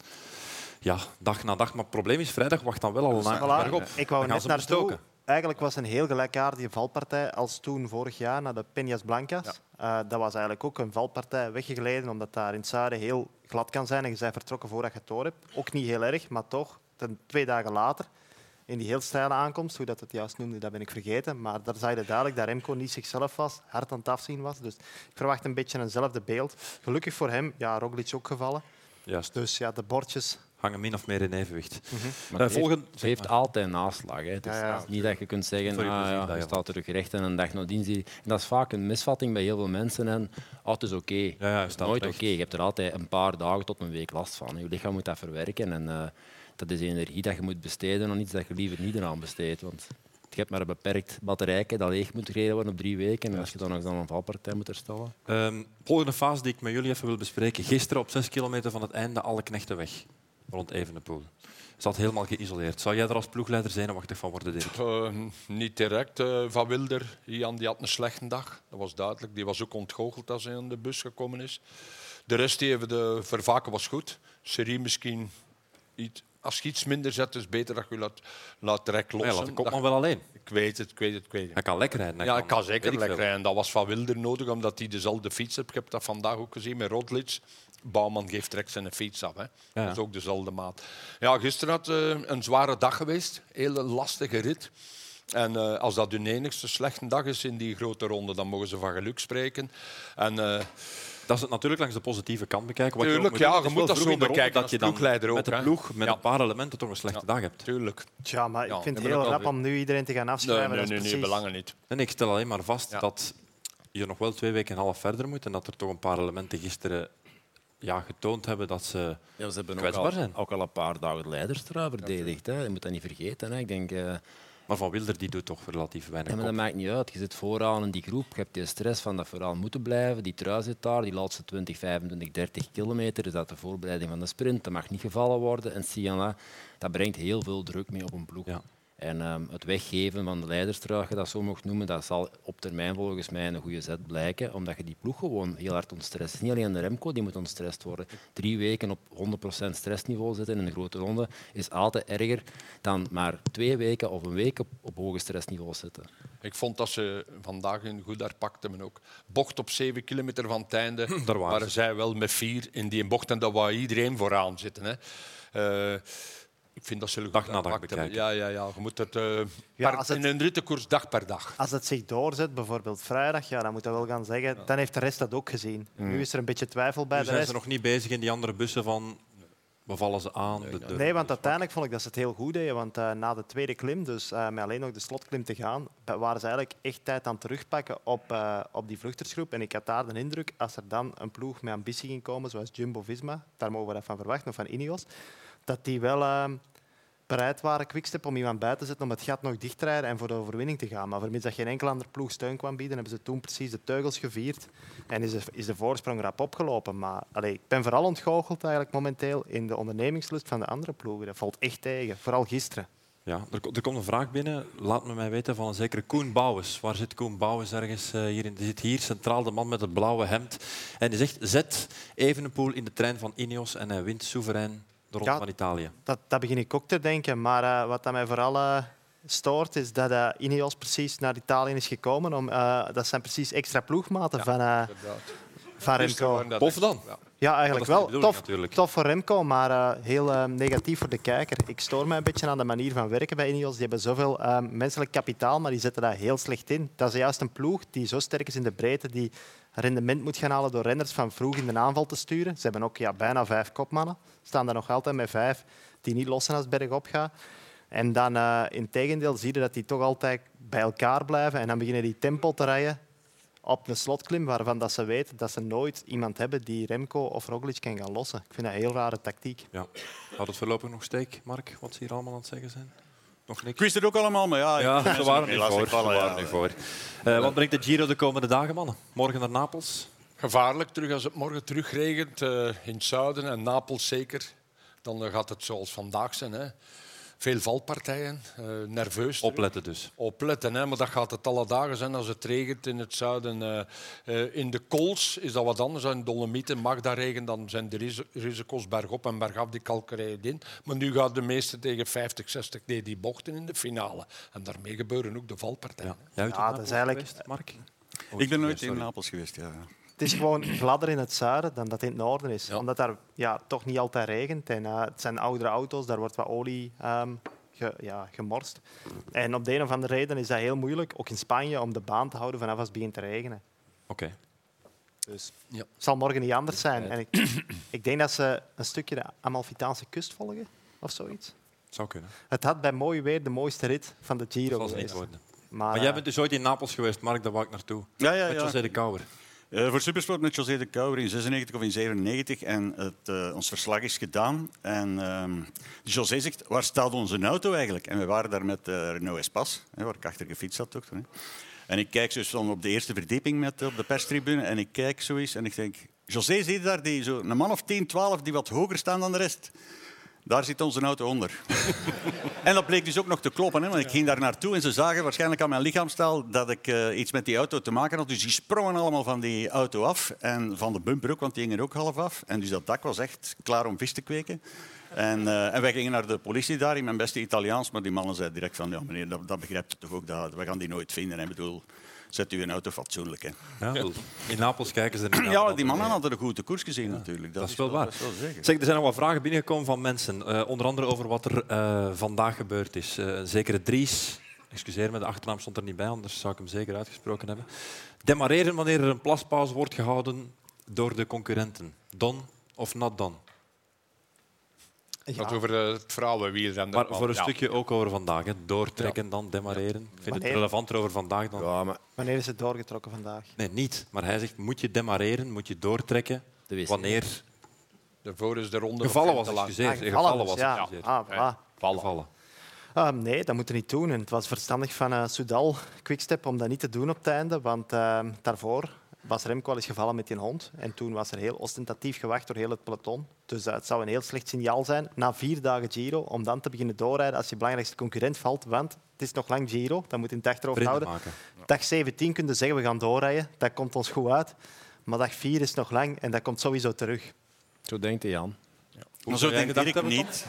ja, dag na dag. Maar het probleem is, vrijdag wacht dan wel al een berg
Voilà,
op.
Ik wou
Dan gaan
er net
ze
naar toe.
bestoken.
Eigenlijk was het een heel gelijkaardige valpartij als toen vorig jaar naar de Peñas Blancas. Eh, dat was eigenlijk ook een valpartij weggegleden, omdat daar in het zuiden heel glad kan zijn. En je bent vertrokken voordat je het door hebt. Ook niet heel erg, maar toch, ten, twee dagen later, in die heel steile aankomst, hoe dat het juist noemde, dat ben ik vergeten. Maar daar zag je duidelijk dat Remco niet zichzelf was, hard aan het afzien was. Dus ik verwacht een beetje eenzelfde beeld. Gelukkig voor hem, ja, Roglic ook gevallen.
Juist,
Dus ja, de bordjes
hangen min of meer in evenwicht.
Mhm. Maar het
Eh, volgende-
heeft, het heeft altijd naslag. Hè. Het is
Ja, ja.
niet dat je kunt zeggen,
Sorry,
ah,
plezier,
ja,
dat
je
ja.
staat terug recht en een dag nadien zie je... En dat is vaak een misvatting bij heel veel mensen. En, oh, het is oké.
Ja, ja, je
Het is
staat
nooit oké.
recht.
Je hebt er altijd een paar dagen tot een week last van. Je lichaam moet dat verwerken. En eh, dat is energie dat je moet besteden aan iets dat je liever niet eraan besteedt. Want je hebt maar een beperkt batterijke dat leeg moet gereden worden op drie weken. En als je dan nog eens aan een valpartij moet herstellen...
Ehm, volgende fase die ik met jullie even wil bespreken. Gisteren op 6 kilometer van het einde alle knechten weg. Rond Evenepoel. Zat helemaal geïsoleerd. Zou jij er als ploegleider zenuwachtig van worden, Dirk?
Eh, niet direct. eh, van Wilder, Jan, die had een slechte dag. Dat was duidelijk. Die was ook ontgoocheld als hij aan de bus gekomen is. De rest die even de vervaken was goed. Serie misschien iets. Als je iets minder zet, is het beter dat je laat, laat direct
Nee,
lossen.
laat de
Dat-
kopman wel alleen.
Ik weet het, ik weet het, ik weet het.
Hij kan lekker rijden. hij
Ja, ik kan
weet ik
zeker lekker
veel.
rijden. Dat was van Wilder nodig, omdat hij dezelfde fiets heeft. Ik heb dat vandaag ook gezien met Rodlitz. Bouwman geeft direct zijn fiets af. Hè. Dat is ook dezelfde maat. Ja, gisteren had eh, een zware dag geweest. Hele lastige rit. En eh, als dat hun enigste slechte dag is in die grote ronde, dan mogen ze van geluk spreken. En eh,
Dat is het natuurlijk langs de positieve kant bekijken. Wat
Tuurlijk,
je ook
ja,
moet
je
doen. Het is
moet
wel
dat
vroeg
zo
in de ronde
bekijken
Dat
als
je dan
ploegleider ook,
met de
hè.
ploeg, met
Ja.
een paar elementen, toch een slechte dag hebt.
tuurlijk.
Tja, maar
Ja,
ik vind
ik
het
ben
heel
ook
rap
wel
om nu iedereen te gaan
Nee, nee,
afschrijven.
nee,
dat is
nee,
precies-
belangen niet.
En ik stel alleen maar vast
Ja.
dat je nog wel twee weken en een half verder moet en dat er toch een paar elementen gisteren ja, getoond hebben dat ze...
Ja, ze hebben ook
kwetsbaar
al,
zijn.
ook al een paar dagen de leiderstrui verdedigd. Hè. Je moet dat niet vergeten. Hè. Ik denk... eh,
Maar Van Wilder die doet toch relatief weinig
Ja, maar
op.
dat maakt niet uit. Je zit vooraan in die groep. Je hebt die stress van dat vooraan moeten blijven. Die trui zit daar. Die laatste 20, 25, 30 kilometer is dat de voorbereiding van de sprint. Dat mag niet gevallen worden. En Siana, dat brengt heel veel druk mee op een ploeg.
Ja.
En ehm, het weggeven van de leiderstrui, als je dat zo mocht noemen, dat zal op termijn volgens mij een goede zet blijken. Omdat je die ploeg gewoon heel hard ontstrest. Niet alleen de Remco, die moet ontstrest worden. Drie weken op 100% stressniveau zitten in een grote ronde is altijd erger dan maar twee weken of een week op, op hoge stressniveau zitten.
Ik vond dat ze vandaag hun goed daar pakten. Men ook. Bocht op 7 kilometer van het einde.
Hm, Daar waren
waren zij wel met vier in die bocht. En dat wou iedereen vooraan zitten. Hè. Eh, ik vind dat ze goed
Dag na dag
uitpakten.
bekijken.
Ja, ja, ja. Je moet het, eh,
Ja,
per-
als het-
in een rittenkoers dag per dag.
Als het zich doorzet, bijvoorbeeld vrijdag, ja, dan moet dat wel gaan zeggen. Dan heeft de rest dat ook gezien.
Mm.
Nu is er een beetje twijfel bij
Nu
de
zijn
rest.
ze nog niet bezig in die andere bussen van... We vallen ze aan. de- de-
Nee, want uiteindelijk vond ik dat ze het heel goed deden. Want eh, na de tweede klim, dus eh, met alleen nog de slotklim te gaan, ba- waren ze eigenlijk echt tijd aan het terugpakken op, eh, op die vluchtersgroep. En ik had daar de indruk, als er dan een ploeg met ambitie ging komen, zoals Jumbo-Visma, daar mogen we dat van verwachten, of van Ineos, dat die wel eh, bereid waren, Quickstep, om iemand bij te zetten om het gat nog dicht te rijden en voor de overwinning te gaan. Maar vermits dat geen enkel ander ploeg steun kwam bieden, hebben ze toen precies de teugels gevierd en is de, is de voorsprong rap opgelopen. Maar allee, ik ben vooral ontgoocheld eigenlijk momenteel in de ondernemingslust van de andere ploegen. Dat valt echt tegen, vooral gisteren.
Ja, er, ko- er komt een vraag binnen. Laat me mij weten van een zekere Koen Bouwens. Waar zit Koen Bouwens ergens eh, hier? in- Die zit hier centraal, de man met het blauwe hemd. En die zegt, zet Evenepoel in de trein van Ineos en hij wint soeverein de Ronde
Ja.
van Italië.
Dat, dat begin ik ook te denken. Maar eh, wat dat mij vooral eh, stoort, is dat eh, Ineos precies naar Italië is gekomen. Om, eh, dat zijn precies extra ploegmaten van, eh, van Remco.
Gisteren waren dat
Bof
echt-
dan.
Ja.
Ja,
dat
eigenlijk
is de
wel.
bedoeling
Tof,
natuurlijk.
tof voor Remco, maar eh, heel eh, negatief voor de kijker. Ik stoor mij een beetje aan de manier van werken bij Ineos. Die hebben zoveel eh, menselijk kapitaal, maar die zetten daar heel slecht in. Dat is juist een ploeg die zo sterk is in de breedte, die rendement moet gaan halen door renners van vroeg in de aanval te sturen. Ze hebben ook ja, bijna vijf kopmannen. Staan daar nog altijd met vijf die niet lossen als het bergop gaat. En dan eh in tegendeel zie je dat die toch altijd bij elkaar blijven. En dan beginnen die tempo te rijden op een slotklim waarvan dat ze weten dat ze nooit iemand hebben die Remco of Roglic kan gaan lossen. Ik vind dat een heel rare tactiek.
Ja. Houdt het voorlopig nog steek, Mark, wat ze hier allemaal aan het zeggen zijn? Nog niks?
Ik wist het ook allemaal, maar ja...
Ja, ze waren er
niet
niet voor. Ze waren er niet voor. Eh, wat brengt de Giro de komende dagen, mannen? Morgen naar Napels.
Gevaarlijk terug als het morgen terugregent eh in het zuiden en Napels zeker. Dan eh, gaat het zoals vandaag zijn. Hè. Veel valpartijen, eh, nerveus. terug.
Opletten dus.
Opletten, hè, maar dat gaat het alle dagen zijn als het regent in het zuiden. eh, eh, in de kools is dat wat anders. In Dolomieten mag dat regen, dan zijn de ris- risico's bergop en bergaf die kalkerijen in. Maar nu gaat de meeste tegen 50, 60 nee, die bochten in de finale. En daarmee gebeuren ook de valpartijen.
Ja, Jij uit in
Ja, dat
Napels
is eigenlijk-
geweest, Mark? Oh,
Ik ben nooit
sorry.
in Napels geweest, ja.
Het is gewoon gladder in het zuiden dan dat het in het noorden is. Omdat daar ja, toch niet altijd regent. En, eh, het zijn oudere auto's, daar wordt wat olie ehm, ge- ja, gemorst. En op de een of andere reden is dat heel moeilijk, ook in Spanje, om de baan te houden vanaf als het begint te regenen.
Oké.
Dus
Ja.
het zal morgen niet anders zijn. En ik, ik denk dat ze een stukje de Amalfitaanse kust volgen of zoiets.
Zou kunnen.
Het had bij mooi weer de mooiste rit van de Giro
Zal ze niet
geweest.
worden.
Maar,
Maar
eh,
jij bent dus ooit in Napels geweest, Mark, daar wou ik naartoe.
Ja, ja,
Met
ja.
José de Kouwer.
Eh, voor Supersport met José de Kouwer in 96 of in 97. En het, eh, ons verslag is gedaan. En ehm José zegt, waar staat onze auto eigenlijk? En we waren daar met eh, Renault Espas, hè, waar ik achter gefietst had. Ook, toen, hè. En ik kijk zo eens van op de eerste verdieping met, op de perstribune. En ik kijk zo eens en ik denk... José, zie je daar die, zo, een man of 10, 12 die wat hoger staan dan de rest? Daar zit onze auto onder. En dat bleek dus ook nog te kloppen, hè, want ik ging daar naartoe en ze zagen waarschijnlijk aan mijn lichaamstaal dat ik eh, iets met die auto te maken had. Dus die sprongen allemaal van die auto af en van de bumper ook, want die ging er ook half af. En dus dat dak was echt klaar om vis te kweken. En, eh, en wij gingen naar de politie daar in mijn beste Italiaans, maar die mannen zeiden direct van, ja meneer, dat, dat begrijpt u toch ook, dat, we gaan die nooit vinden. hè. Ik bedoel, zet u een auto fatsoenlijk. Hè.
Ja. In Napels kijken ze er niet
Ja,
naar.
die mannen hadden een goede koers gezien natuurlijk.
Dat is wel waar.
dat is wel zeker.
Zeg, er zijn nog wat vragen binnengekomen van mensen. eh, onder andere over wat er eh, vandaag gebeurd is. Eh, een zekere Dries, excuseer me, de achternaam stond er niet bij, anders zou ik hem zeker uitgesproken hebben. Demareren wanneer er een plaspauze wordt gehouden door de concurrenten. Don of not don?
Dat gaat over eh, het vrouwenwielrennen.
Maar voor een
Ja.
stukje ook over vandaag. Hè. Doortrekken dan, demareren. Ik vind het
Wanneer?
relevanter over vandaag dan...
Ja, maar
Wanneer is het doorgetrokken vandaag?
Nee, niet. Maar hij zegt, moet je demareren, moet je doortrekken
De wissel.
wanneer
Daarvoor is de ronde nog
gevallen
veel
was,
te lang.
excuseer.
Ah,
Gevallen was,
dus, ja.
excuseer.
Ah, voilà.
Gevallen.
Ah, nee, dat moeten we niet doen. En het was verstandig van eh Soudal, Quickstep, om dat niet te doen op het einde. Want eh, daarvoor was Remco al eens gevallen met die hond. En toen was er heel ostentatief gewacht door heel het peloton. Dus eh, het zou een heel slecht signaal zijn, na vier dagen Giro, om dan te beginnen doorrijden als je belangrijkste concurrent valt. Want het is nog lang Giro, dat moet je in het achterhoofd
Vrienden
houden.
maken.
Dag 17 kunnen we zeggen, we gaan doorrijden. Dat komt ons goed uit. Maar dag 4 is nog lang en dat komt sowieso terug.
zo denkt hij, Jan.
Maar zo
zou jij
denk
gedacht
ik
hebben,
niet.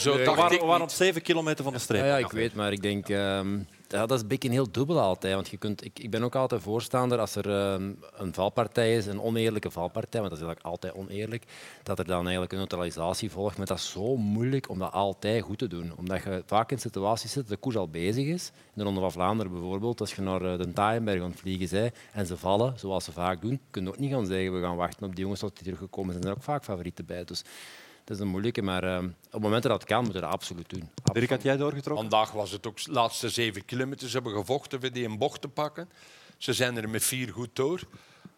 Zo
We
dacht ik
waren,
niet.
we waren op 7 kilometer van de streep.
Ja, ja, ik weet, maar ik denk... ehm, ja, dat is een beetje heel dubbel altijd. Want je kunt, ik, ik ben ook altijd voorstander als er ehm, een valpartij is, een oneerlijke valpartij, want dat is eigenlijk altijd oneerlijk, dat er dan eigenlijk een neutralisatie volgt. Maar dat is zo moeilijk om dat altijd goed te doen. Omdat je vaak in situaties zit dat de koers al bezig is. In de Ronde van Vlaanderen bijvoorbeeld, als je naar eh, de Taaienberg aan het vliegen bent en ze vallen, zoals ze vaak doen, kun je ook niet gaan zeggen we gaan wachten op die jongens tot die teruggekomen zijn. Er zijn ook vaak favorieten bij. Dus dat is een moeilijke, maar ehm, op het moment dat dat kan, moet je dat absoluut doen.
Dirk, had jij doorgetrokken?
Vandaag was het ook de laatste zeven kilometers. Ze hebben gevochten voor die een bocht te pakken. Ze zijn er met vier goed door.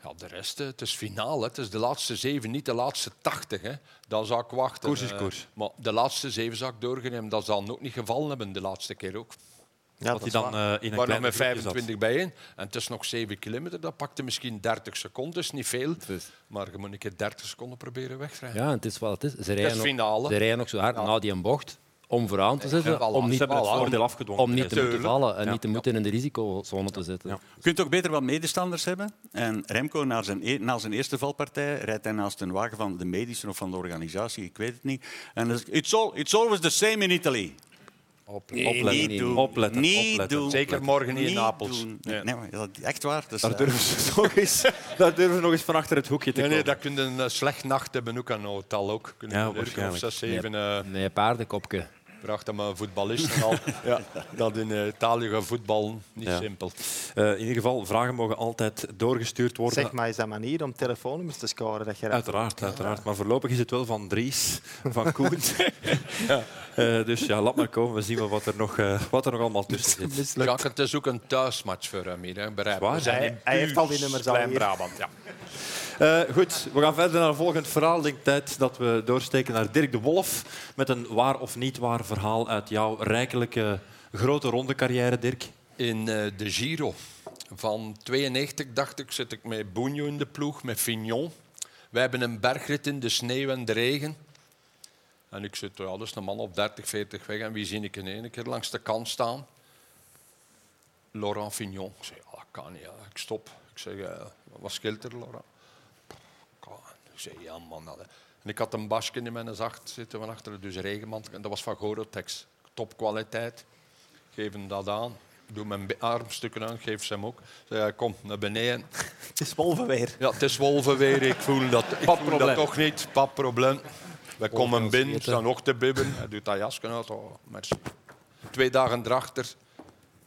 Ja, de rest, eh, het is finale. Het is de laatste zeven, niet de laatste tachtig. Hè. Dan zou ik wachten.
Koers is
eh,
koers.
maar de laatste zeven zou ik doorgenemen. Dat zal ook niet gevallen hebben de laatste keer ook.
Ja,
Dat hij dan eh, in een
Maar nog
kleine
met
groepje zat.
25 bijeen. En het is nog 7 kilometer. Dat pakte misschien 30 seconden. Dat is niet veel.
is-
Maar je moet een keer 30 seconden proberen wegrijden.
Ja, en het is wat het is. Ze rijden,
finale.
Ook, ze rijden ook zo hard na die een bocht om vooraan te zitten,
voilà.
om
Ze
niet,
Ze hebben het
Voilà.
voordeel afgedwongen.
om niet te moeten
Tuurlijk.
vallen en niet te moeten in de risicozone te zitten.
Ja.
Je kunt ook beter wat medestanders hebben. En Remco, na zijn, e- na zijn eerste valpartij, rijdt hij naast een wagen van de medische of van de organisatie, ik weet het niet. En dat is- it's, all, it's always the same in Italy.
Op,
Opletten,
niet doen.
opletten,
niet
opletten.
doen.
Zeker morgen hier in
Niet
Napels.
doen.
Ja.
Nee, maar dat, echt waar. Dat is,
Daar
eh,
durven, ze nog eens, daar durven ze nog eens van achter het hoekje te
Nee,
komen.
nee, dat kun je een eh, slecht nacht hebben ook aan het tal ook. Kunnen
Ja,
ja, werken of
waarschijnlijk.
6, 7. eh
Nee, paardenkopje.
vraag dat maar een voetballist en al. ja, dat in eh, Italië gaan voetballen, niet
Ja.
simpel.
Eh, in ieder geval, vragen mogen altijd doorgestuurd worden.
Zeg maar, is dat manier om telefoonnummers te scoren? Dat je dat-
Uiteraard, uiteraard. Maar voorlopig is het wel van Dries, van Koen. ja. Eh, dus ja, laat maar komen. We zien wel wat er nog, eh, wat er nog allemaal tussen zit.
Ja, het is ook een thuismatch voor hem hier. Hè. Bereid.
Zwaar,
We zijn
hij-
in
hij heeft al die
Puurs,
nummers al hier.
Klein-Brabant, ja.
Eh, goed, we gaan verder naar een volgend verhaal. Denk tijd dat we doorsteken naar Dirk de Wolf. Met een waar of niet waar verhaal uit jouw rijkelijke grote ronde carrière, Dirk.
in eh, de Giro. Van 92, dacht ik, zit ik met Bugno in de ploeg, met Fignon. Wij hebben een bergrit in de sneeuw en de regen. En ik zit, ja, dat is een man op 30, 40 weg. En wie zie ik in één keer langs de kant staan? Laurent Fignon. Ik zeg, ja, dat kan niet. ja. Ik stop. Ik zeg, eh, wat scheelt er, Laurent? Kan. Ik zei, ja man. dat- En ik had een basje in mijn zacht zitten van achteren, dus regenmand. En dat was van Gorotex. Topkwaliteit. Geef hem dat aan. Ik doe mijn be- armstukken aan, geef ze hem ook. Ik Zei, ja, kom, naar beneden.
Het is wolven weer.
Ja, het is wolven weer. Ik voel dat, ik voel dat toch niet. Pap, probleem. We komen binnen, staan ook te bibben. Hij doet dat jasje uit. Oh, merci. Twee dagen erachter.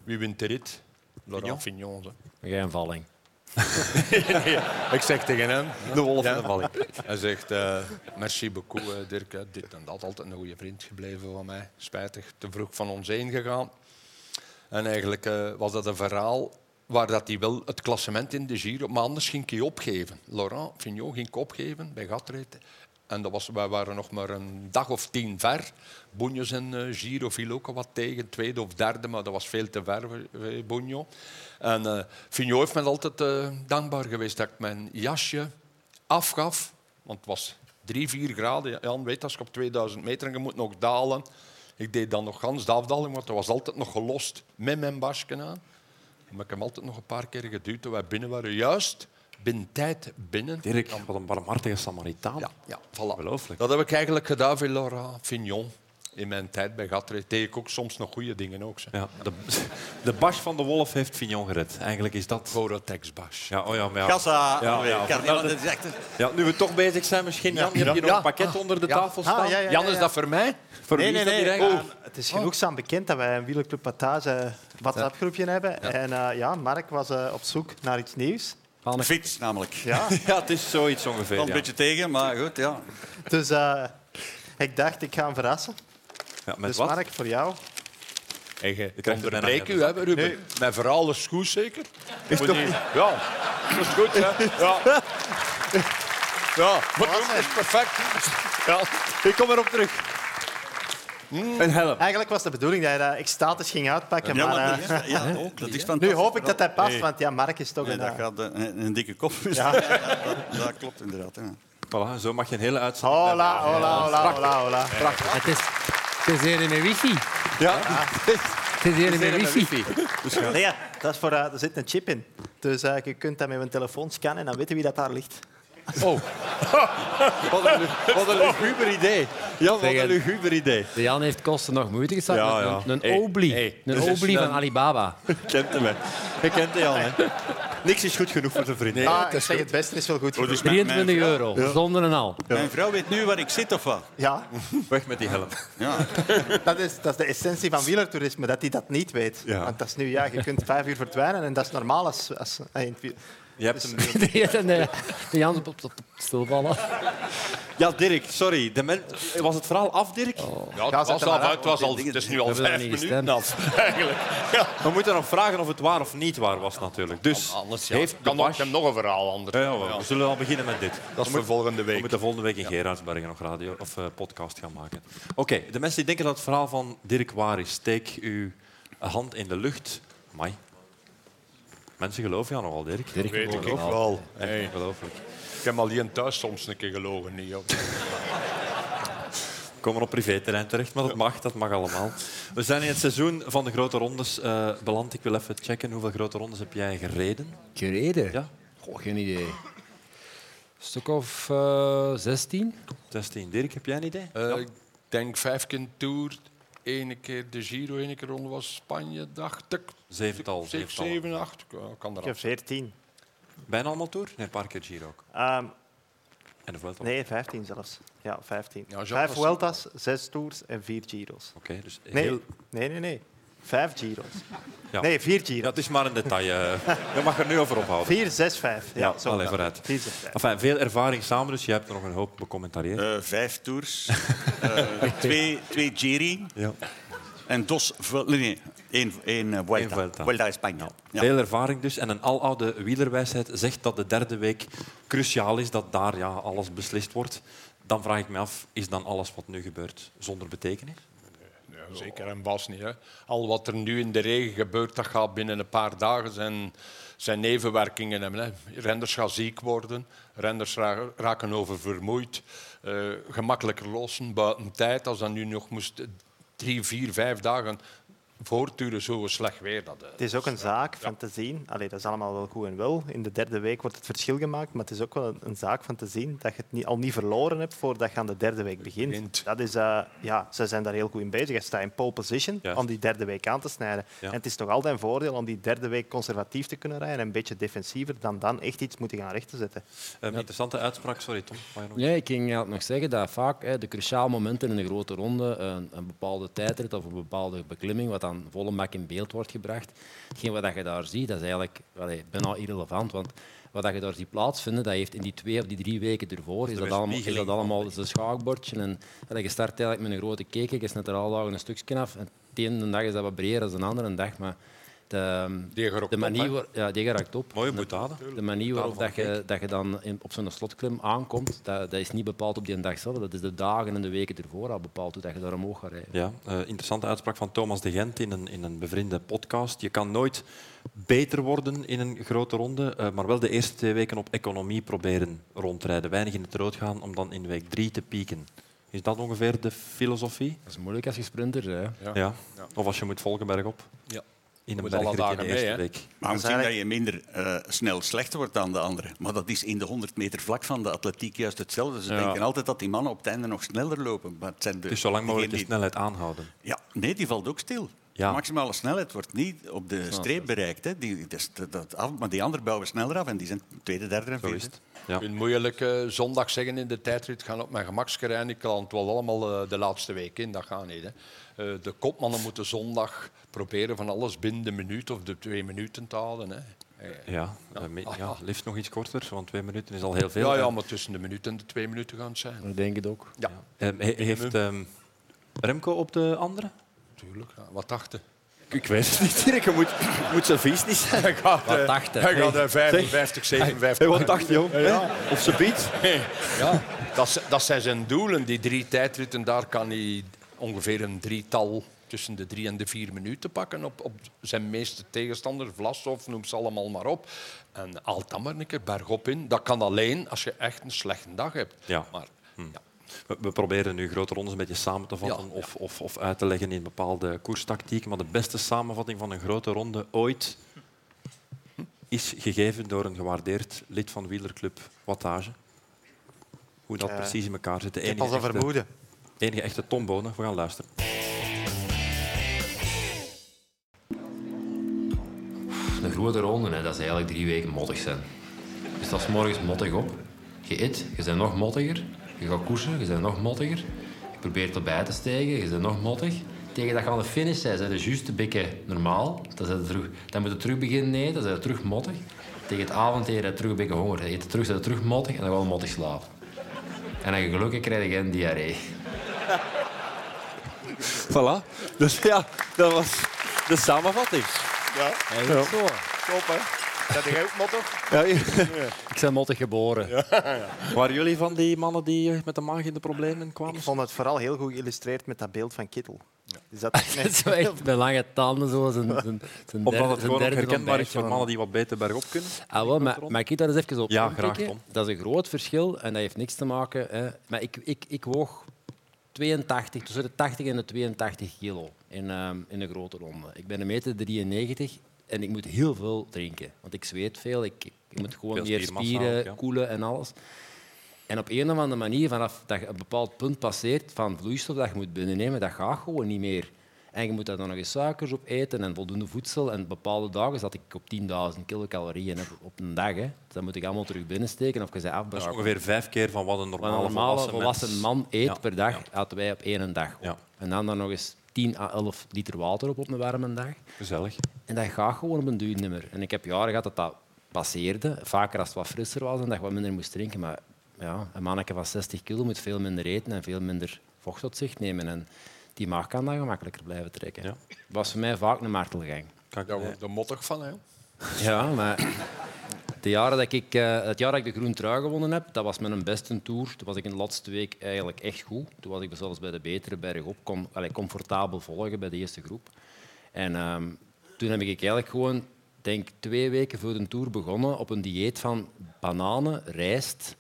Wie wint de rit? Laurent Fignon. hè.
Geen valling.
Ik zeg tegen hem, de wolf en de valling. Hij zegt, eh, merci beaucoup eh, Dirk, hè. dit en dat. Altijd een goede vriend gebleven van mij. Spijtig, te vroeg van ons heen gegaan. En eigenlijk eh, was dat een verhaal waar dat hij wel het klassement in de Giro... Maar anders ging hij opgeven. Laurent Fignon ging opgeven bij Gatreten. En dat was, wij waren nog maar een dag of tien ver. Bugno en eh, Giro viel ook al wat tegen. Tweede of derde, maar dat was veel te ver voor voor Bugno. En eh Fignon heeft me altijd eh, dankbaar geweest dat ik mijn jasje afgaf. Want het was drie, vier graden. Jan weet, als ik op 2000 meter en je moet nog dalen. Ik deed dan nog gans de afdaling, want er was altijd nog gelost met mijn basken aan. Maar ik heb hem altijd nog een paar keer geduwd toen wij binnen waren. Juist binnen tijd binnen.
Dirk, wat een barmhartige Samaritaan.
Ja, ja voilà.
Ongelooflijk.
Dat heb ik eigenlijk gedaan voor Laura Fignon. In mijn tijd bij Gatrij deed ik ook soms nog goede dingen. Ook,
Ja, de, de Bas van de Wolf heeft Fignon gered. Eigenlijk is dat...
Gorotex Bash.
Ja, oh ja, maar ja.
Kassa.
Ja,
Oh,
ja.
ik kan niet, want het is echt een-
Ja, nu we toch bezig zijn, misschien. Jan, je hebt hier nog
Ja.
een pakket onder de
Ja.
tafel staan.
Ah, ja, ja, ja,
Jan, is
ja.
dat voor mij?
Voor
Nee,
wie
nee,
is dat
nee.
hier eigenlijk?
eh, het is genoegzaam bekend dat wij een wielerclub Patage WhatsApp-groepje hebben. En eh, ja, Mark was eh, op zoek naar iets nieuws.
een fiets namelijk. Ik
Ja.
Ja, het is zoiets ongeveer.
kwam
ja.
een beetje tegen, maar goed, ja.
dus eh, ik dacht, ik ga hem verrassen.
Ja, met
dus
wat?
Mark, voor jou.
En je
krijgt het
onderbreekt
bijna
u, hè, Ruben? Mijn verhaal is goed, zeker? Is toch... Ja, dat is goed, hè? Ja. Ja, maar dat is perfect. Ja.
Ik kom erop terug. Een helm.
Eigenlijk was de bedoeling dat je dat extatisch ging uitpakken.
Ja,
maar,
maar
eh,
dat is- ja, ook, dat is
nu
fantastisch.
hoop ik dat hij past, want ja, Mark is toch
Nee,
een...
dat
eh,
gaat eh, een, een dikke kop. Ja. dat, dat klopt inderdaad. Ja.
Voilà, zo mag je een hele uitzending
Hola, hola, hola, hola, hola.
Het is, het is hier in een wifi.
Ja.
Het is hier in een wifi.
Nee, ja, dat is voor, eh, er zit een chip in. Dus eh, je kunt dat met een telefoon scannen en dan weten wie dat daar ligt.
Wat een, wat een luguber idee. Jan, wat
Zeg,
een
en-
luguber idee.
De Jan heeft kosten nog moeite gestart.
Ja,
met
ja.
Een, een
Hey,
obli.
hey.
Een
Dus is
obli van
dan-
Alibaba.
Kent hem, hè. Je kent hem, Jan, hè. Niks is goed genoeg voor zijn vrienden.
ah, ik zeg, het beste is wel goed.
Oh, dus mijn- mijn
23
vrouw-
euro, zonder een al.
Mijn vrouw weet nu waar ik zit, of wat?
Ja,
Weg met die helm.
Ja.
dat is, dat is de essentie van wielertoerisme, dat hij dat niet weet.
Ja.
Want dat is nu, ja, je kunt vijf uur verdwijnen en dat is normaal als... als eh, in het wiel-
Je hebt hem
De Jan is op, op, op stilvallen.
Ja, Dirk, sorry. De men- Was het verhaal af, Dirk?
Ja, het
zet
was
hem
al
maar
uit. Het, was al, het is nu al
hebben daar
vijf
niet
minuten
gestemd.
af, eigenlijk.
We moeten nog vragen of het waar of niet waar was, natuurlijk. Dus
Anders ja.
heeft de
kan ook-
Bas...
ik heb nog een verhaal anders.
Ja, ja, we zullen al beginnen met dit.
Dat is voor volgende
We
week.
moeten volgende week in Gerardsbergen nog radio of eh, podcast gaan maken. Oké, de mensen die denken dat het verhaal van Dirk waar is, steek uw hand in de lucht. Mai. Mensen geloven jou nogal, Dirk.
Dirk,
Weet ik
gewoon
ook
al.
wel.
Echt ongelooflijk.
Ik heb alleen thuis soms een keer gelogen. Niet, hoor.
We komen op privéterrein terecht, maar dat mag, dat mag allemaal. We zijn in het seizoen van de grote rondes eh, beland. Ik wil even checken hoeveel grote rondes heb jij gereden?
Gereden?
Ja.
Goh, geen idee. stuk of eh, 16?
16. Dirk, heb jij een idee?
Eh, Ik denk vijf keer Tour, ene keer de Giro, ene keer ronde was Spanje, dacht ik.
Zevental.
Zes,
zevental.
zeven, acht. Ja, kan
Ik heb
eraf.
14.
Bijna allemaal Tour? Nee, een paar keer Giro ook.
Ehm,
En de Vuelta.
nee, 15 zelfs. Ja, 15.
Ja, Jacques
Vijf
was-
Vueltas, zes Tours en vier Giros.
Oké, dus
Nee,
heel...
nee, nee, nee. Vijf Giros.
Ja.
Nee, vier
Ja,
Giros.
het is maar een detail. eh. Je mag er nu over ophouden.
Vier, zes, vijf. Ja,
Ja,
zo.
allee, vooruit.
Vier, zes, vijf.
Enfin, veel ervaring samen, dus je hebt er nog een hoop becommentarieerd.
Eh, vijf tours, eh, twee, twee Giri
Ja.
en dos... Vu- Nee, één, één eh, Vuelta.
Eén Vuelta.
Vuelta a España. Ja.
Veel ervaring dus. En een aloude wielerwijsheid zegt dat de derde week cruciaal is, dat daar ja, alles beslist wordt. Dan vraag ik me af, is dan alles wat nu gebeurt zonder betekenis?
Ja, zeker en Bas niet. Hè. Al wat er nu in de regen gebeurt, dat gaat binnen een paar dagen zijn, zijn nevenwerkingen hebben. Hè. Renders gaan ziek worden, renders ra- raken oververmoeid, eh, gemakkelijker lossen, buiten tijd. Als dat nu nog moest eh, drie, vier, vijf dagen voortduren, zo slecht weer dat. eh,
Het is ook een zaak van te zien. Allee, dat is allemaal wel goed en wel. In de derde week wordt het verschil gemaakt. Maar het is ook wel een- een zaak van te zien dat je het niet, al niet verloren hebt voordat je aan de derde week begint.
Begint.
Dat is, eh, ja, ze zijn daar heel goed in bezig. Je staat in pole position
Juist.
om die derde week aan te snijden.
Ja.
En het is toch altijd een voordeel om die derde week conservatief te kunnen rijden. En een beetje defensiever dan dan echt iets moeten gaan rechten zetten.
Een Ehm, interessante uitspraak, sorry Tom. mag je nog-
Nee, ik ging eigenlijk nog zeggen dat vaak hè, de cruciale momenten in een grote ronde, een, een bepaalde tijdrit of een bepaalde beklimming, wat dan volle mak in beeld wordt gebracht, hetgeen wat dat je daar ziet, dat is eigenlijk allee, bijna irrelevant. Want wat dat je daar ziet plaatsvinden, dat heeft in die twee of die drie weken ervoor, is dat allemaal, is dat allemaal een schaakbordje. En, allee, je start eigenlijk met een grote keken, je snijdt er alle dagen een stukje af. En de ene dag is dat wat breder dan de andere dag, maar... De,
Die geraakt
de
op,
manier
hè?
waar- ja, die geraakt op.
Mooie
En-
boetade.
de manier waarop dat je, dat je dan in- op zo'n slotklim aankomt, dat, dat is niet bepaald op die dag zelf. Dat is de dagen en de weken ervoor al bepaald hoe dat je daar omhoog gaat rijden.
Ja, eh, interessante uitspraak van Thomas de Gent in een, in een bevriende podcast. Je kan nooit beter worden in een grote ronde, eh, maar wel de eerste twee weken op economie proberen rondrijden. Weinig in het rood gaan om dan in week drie te pieken. Is dat ongeveer de filosofie?
Dat is moeilijk als je sprinter bent. hè.
Ja.
Of als je moet volgen bergop?
Ja.
In een
Moet alle
bergrit in de
dagen mee,
eerste
hè?
week.
Maar misschien
eigenlijk-
dat je minder eh, snel slechter wordt dan de anderen. Maar dat is in de 100 meter vlak van de atletiek juist hetzelfde. Ze denken altijd dat die mannen op het einde nog sneller lopen. Maar het zijn de,
Dus zo lang mogelijk de
diegenen
snelheid aanhouden.
die- Ja, nee, die valt ook stil.
Ja.
De maximale snelheid wordt niet op de streep bereikt. Hè. Die, dus dat, dat af, maar die anderen bouwen sneller af en die zijn tweede, derde en
Zo is
vierde.
het. Ja.
Ik kan moeilijk eh, zondag zeggen in de tijdrit gaan op mijn gemakske rijden. Ik haal het wel allemaal eh, de laatste week in, dat gaat niet. Hè. Eh, de kopmannen moeten zondag proberen van alles binnen de minuut of de twee minuten te halen. Hè. Eh,
Ja, eh, mi- ja, liefst nog iets korter, want twee minuten is al heel veel.
Ah. Ja, ja, maar tussen de minuut en de twee minuten gaan het zijn.
Ik denk het ook.
Ja,
Eh, he- heeft ehm, Remco op de andere?
natuurlijk. wat dachten?
Ik weet het niet, Dirk. Je moet, je moet zo vies niet zijn.
Hij gaat,
Wat
eh,
dachten?
Hij gaat
Hey.
eh, 55, 57.
Hey, wat dacht je, jong? Hè? Op zijn beat?
Ja, dat, z- dat zijn zijn doelen. Die drie tijdritten, daar kan hij ongeveer een drietal tussen de drie en de vier minuten pakken op, op zijn meeste tegenstander. Vlasov, noem ze allemaal maar op. En haal dan maar een keer bergop in. Dat kan alleen als je echt een slechte dag hebt.
Ja. Hm.
Maar, ja.
We, we proberen nu grote rondes een beetje samen te vatten
Ja, ja.
Of, of, of uit te leggen in bepaalde koerstactieken. Maar de beste samenvatting van een grote ronde ooit is gegeven door een gewaardeerd lid van Wielerclub Wattage. Hoe dat
Eh,
precies in elkaar zit. De
Ik heb
enige
al zo'n
echte,
vermoeden.
enige echte Tom Bonen. We gaan luisteren.
De grote ronde, hè, dat is eigenlijk drie weken mottig zijn. Dus dat is morgens mottig op. Je eet, je bent nog mottiger. Je gaat koersen, je bent nog mottiger. Je probeert erbij te stijgen, je bent nog mottig. Tegen dat je aan de finish bent, zijn je juist een beetje normaal. Dan, zijn ze terug, dan moet je terug beginnen eten, dan zijn ze terug mottig. Tegen het avondeten heb je terug een beetje honger. Je eet terug, zijn ze terug mottig en dan gaan we mottig slapen. En als je geluk hebt, krijg je geen diarree.
Voilà. Dus ja, dat was de samenvatting.
Eigenlijk zo.
Top, hè? Dat is ook motto.
Ik ben mottig geboren.
Waren jullie van die mannen die eh, met de maag in de problemen kwamen?
Ik vond het vooral heel goed geïllustreerd met dat beeld van Kittel. Is dat
Het is zo echt met lange tanden, zo. Zijn, zijn, zijn
Omdat
derde-
het
zijn
gewoon ook
derde
herkenbaar is
ontbijtje,
voor
man.
mannen die wat beter bergop kunnen.
Ah, wel, maar, maar ik daar eens even op
Ja,
inpikken.
graag, Tom.
Dat is een groot verschil en dat heeft niks te maken. Hè. Maar ik, ik, ik woog 82, tussen de 80 en de 82 kilo in, ehm, in een grote ronde. Ik ben een meter 93 en ik moet heel veel drinken. Want ik zweet veel, ik, ik- ik moet gewoon
Veel
meer
spiermassa ook,
spieren,
ja.
koelen en alles. En op een of andere manier, vanaf dat je een bepaald punt passeert van vloeistof dat je moet binnennemen, dat gaat gewoon niet meer. En je moet daar dan nog eens suikers op eten en voldoende voedsel. En bepaalde dagen zat ik op 10.000 kilocalorieën hè, op een dag. Hè. Dus dat moet ik allemaal terug binnensteken of je zei
Dat is
afbouwen.
ongeveer vijf keer van wat een
Wat
normale,
een normale volwassen
mens-
man eet
Ja,
per dag,
ja.
aten wij op één dag op.
Ja.
En dan daar nog eens 10 à 11 liter water op op een warme dag.
Gezellig.
En dat gaat gewoon op een duur niet meer. En ik heb jaren gehad dat dat passeerde. Vaker als het wat frisser was en dat je wat minder moest drinken. Maar ja, een manneke van 60 kilo moet veel minder eten en veel minder vocht tot zich nemen. En die maag kan dan gemakkelijker blijven trekken.
Ja.
was voor mij vaak een martelgang.
Kan ik-
Daar
nee.
wordt er mottig van, hè.
Ja, maar de jaren dat ik, eh, het jaar dat ik de Groen Trui gewonnen heb, dat was mijn beste tour. Toen was ik in de laatste week eigenlijk echt goed. Toen was ik zelfs bij de betere bergop, kon, allee, comfortabel volgen bij de eerste groep. En ehm, toen heb ik eigenlijk gewoon, denk twee weken voor de tour begonnen op een dieet van bananen, rijst,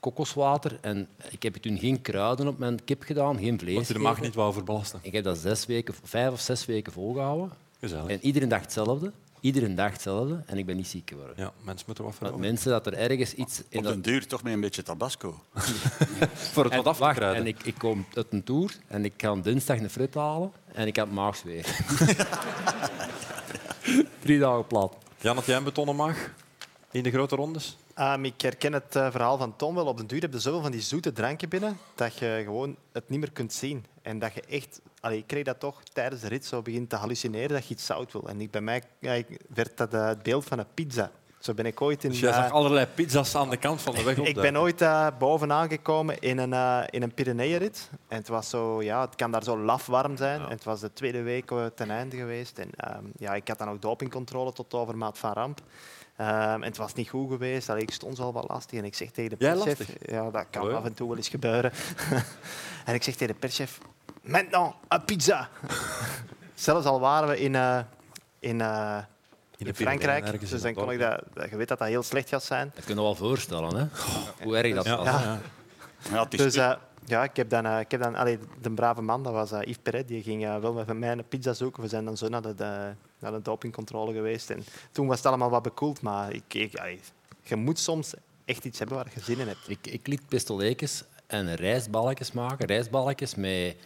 kokoswater. En ik heb toen geen kruiden op mijn kip gedaan, geen vlees.
Want u de maag niet wou verbelasten.
Ik heb dat zes weken, vijf of zes weken volgehouden.
Gezellig.
En iedere dag hetzelfde. Iedere dag hetzelfde. En ik ben niet ziek geworden.
Ja, mensen moeten wat
Want
veranderen.
mensen dat er ergens iets in
Op
dat
den duur toch met een beetje tabasco.
Voor het wat af te
Wacht,
kruiden.
en ik, ik kom uit een tour en ik ga dinsdag een frit halen en ik heb maagzweer. Drie dagen plat.
Jan, had jij een betonnen maag in de grote rondes?
Ehm, ik herken het eh, verhaal van Tom wel. Op den duur heb je zoveel van die zoete dranken binnen dat je gewoon het niet meer kunt zien. En dat je echt... Allee, ik kreeg dat toch tijdens de rit zo begint te hallucineren dat je iets zout wil. En ik, bij mij ja, ik- werd dat eh, het beeld van een pizza. Zo ben ik ooit in...
Dus jij
eh,
zag allerlei pizza's aan de kant van de weg op
ik ben ooit eh, bovenaan gekomen in een, eh in een Pyreneeënrit. En het was zo, ja, het kan daar zo laf warm zijn. En het was de tweede week eh, ten einde geweest. En ehm, ja, ik had dan ook dopingcontrole tot overmaat van ramp. Ehm, en het was niet goed geweest. Allee, ik stond al wat lastig. En ik zeg tegen de
Jij
perschef...
lastig?
Ja, dat kan
Oh ja.
af en toe wel eens gebeuren. en ik zeg tegen de perschef... Maintenant, een pizza! Zelfs al waren we in... eh, in eh, in
de Pyreneeën,
Frankrijk,
ergens
dus
in
dan
een
kon ik dat, dat- je weet dat dat heel slecht gaat zijn.
Dat kun je wel voorstellen, hè? Hoe erg dat
Ja,
was.
ja.
Ja, het is
Dus eh, ja, ik heb dan, eh, ik heb dan allee, de brave man, dat was eh, Yves Perret, die ging eh, wel met mij een pizza zoeken. We zijn dan zo naar de, de- naar de dopingcontrole geweest. En toen was het allemaal wat bekoeld, maar ik, ik, allee, je moet soms echt iets hebben waar je zin in hebt.
Ik, ik liet pistoletjes en rijstballetjes maken. Rijstballetjes met...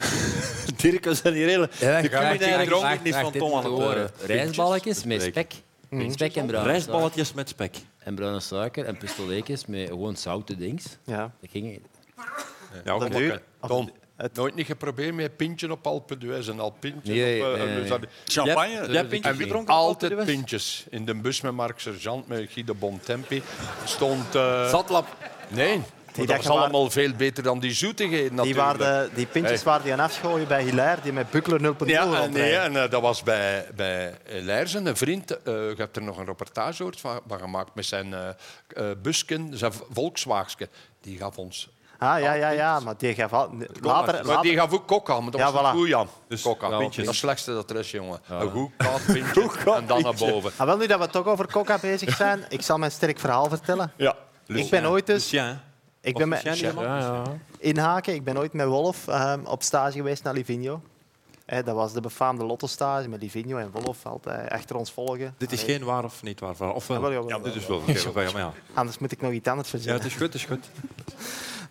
Dirk, we zijn hier hele...
Ja,
ik krijg die dronk niet van Tom aan het, eh,
Rijstballetjes met
bespreken. Mhm.
spek. Met spek en bruine suiker.
Rijstballetjes met spek.
En bruine suiker en pistoletjes met gewoon zoute dings.
Ja.
Dat ging...
Ja, ook
Dat
wel.
duurt.
Tom, nooit niet geprobeerd met pintje op Alpe d'Huez en al pintje
Nee,
op... eh,
nee, nee.
sorry.
champagne.
Jij hebt pintjes
En wie-
gedronken?
altijd pintjes. In de bus met Mark Sergeant, met Guy de Bontempi, stond... eh,
Zatlap.
Nee, maar dat
dagen
was
waren-
allemaal veel beter dan die zoetigheden
Die,
natuurlijk.
waren, eh, die pintjes
Hey.
waren die aan afgooien bij Hilaire, die met Buckler 0.0
Ja, en,
rondrijden.
nee, en eh, dat was bij, bij Leijzen, een vriend. eh je hebt er nog een reportage hoort van, van gemaakt met zijn eh eh, busken, zijn Volkswagen. Die gaf ons...
Ah, ja, ja, ja, maar die gaf al... Later,
Maar die
later-
gaf ook kokka, maar dat
Ja,
was een
voilà.
goeie aan. kokka.
ja,
dat is
pintjes.
het slechtste dat er is, jongen. Een goed koud pintje en dan naar boven.
Ah, wel, nu dat we toch over coca bezig zijn, ik zal mijn sterk verhaal vertellen.
Ja.
Ik ben ooit dus...
Lucien. hè?
Ik
Was
ben met,
Lucien die man?
inhaken. Ik ben ooit met Wolf ehm, op stage geweest naar Livigno. Hè, dat was de befaamde Lotto-stage met Livigno en Wolf altijd achter ons volgen.
Dit is
Allee,
geen waar of niet waar verhaal. Of
Jawel,
Ah, wel?
jawel,
Ja, dit
jawel.
is wel verkeerd. Ja, maar ja.
Anders moet ik nog iets anders
ja,
verzinnen.
het is goed, het is goed.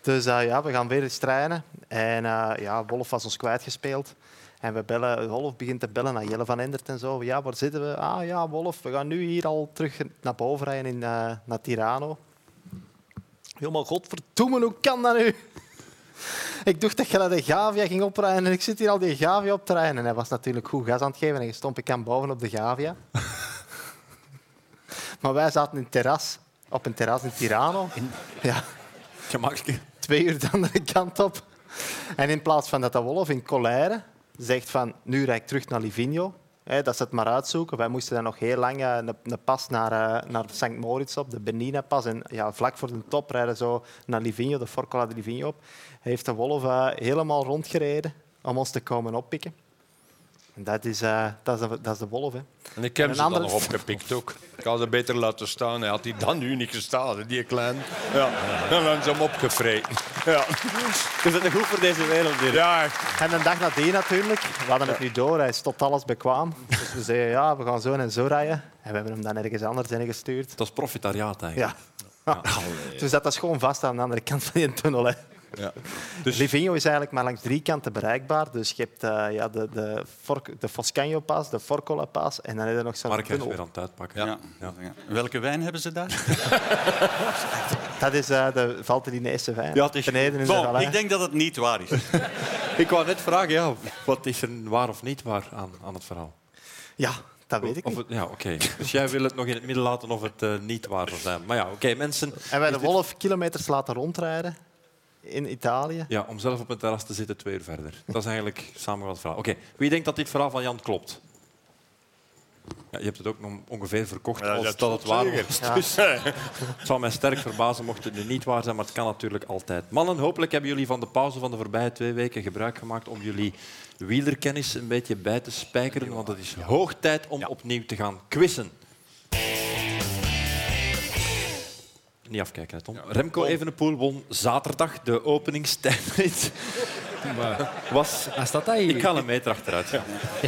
Dus eh, ja, we gaan weer eens trainen. En eh, ja, Wolf was ons kwijtgespeeld. En we bellen, Wolf begint te bellen naar Jelle van Endert en zo. Ja, waar zitten we? Ah ja, Wolf, we gaan nu hier al terug naar boven rijden in, eh, naar Tirano. Helemaal godverdoemen, hoe kan dat nu? Ik dacht dat je naar de Gavia ging oprijden en ik zit hier al die Gavia op te rijden. En hij was natuurlijk goed gas aan het geven en je stomp ik aan boven op de Gavia. maar wij zaten in het terras, op een terras in Tirano. Ja.
Gemakkelijk.
twee uur de andere kant op. En in plaats van dat dat Wolf in Colère zegt van nu rijd ik terug naar Livigno, hè, dat ze het maar uitzoeken. Wij moesten dan nog heel lang eh, een, een pas naar, eh, naar St. Moritz op, de Benina-pas. En ja, vlak voor de top rijden zo naar Livigno, de Forcola de Livigno op. Hij heeft de Wolf eh, helemaal rondgereden om ons te komen oppikken. En dat is, eh, dat is, de, dat is de Wolf. Hè.
En ik heb
En
ze
een
dan
andere-
nog opgepikt ook. Ik had ze beter laten staan. Hij had die dan nu niet gestaan, hè, die klein. Ja. En dan is hem opgevreten. Ja.
We zitten goed voor deze wereld, Dirk.
ja,
En een dag nadien natuurlijk, we hadden het nu door, hij stopt alles bekwaam. Dus we zeiden, ja, we gaan zo en zo rijden. En we hebben hem dan ergens anders heen gestuurd.
Dat is profitariaat eigenlijk.
Ja. Dus dat is gewoon vast aan de andere kant van die tunnel. Hè.
Dus-
Livigno is eigenlijk maar langs drie kanten bereikbaar. Dus je hebt eh, ja, de, de, Forc- de Foscagno-paas, de Forcola-paas en dan heb je nog zo'n
Mark is
tunnel.
weer aan het uitpakken.
Ja. Welke wijn hebben ze daar?
Dat is eh de Valtellinese wijn.
Ja, het is-
Beneden in de
Bon,
vallei.
ik denk dat het niet waar is.
Ik wou net vragen, ja.
Wat is er waar of niet waar aan, aan het verhaal?
Ja, dat weet ik
Of
niet.
het, ja, oké. Dus jij wil het nog in het midden laten of het eh, niet waar zou zijn. Maar ja, oké, mensen.
En wij de wolf kilometers laten rondrijden in Italië.
Ja, om zelf op een terras te zitten twee uur verder. Dat is eigenlijk samengevat het verhaal. Oké, wie denkt dat dit verhaal van Jan klopt? Ja, je hebt het ook nog ongeveer verkocht als dat, het waar was. Dus,
eh, Oh,
het zou mij sterk verbazen mocht het nu niet waar zijn, maar het kan natuurlijk altijd. Mannen, hopelijk hebben jullie van de pauze van de voorbije twee weken gebruik gemaakt om jullie wielerkennis een beetje bij te spijkeren, want het is hoog tijd om opnieuw te gaan quizzen. Niet afkijken, hè, Tom. Remco Evenepoel won zaterdag de openingstijdrit. Was
Ah, staat dat hier?
ik ga een meter achteruit.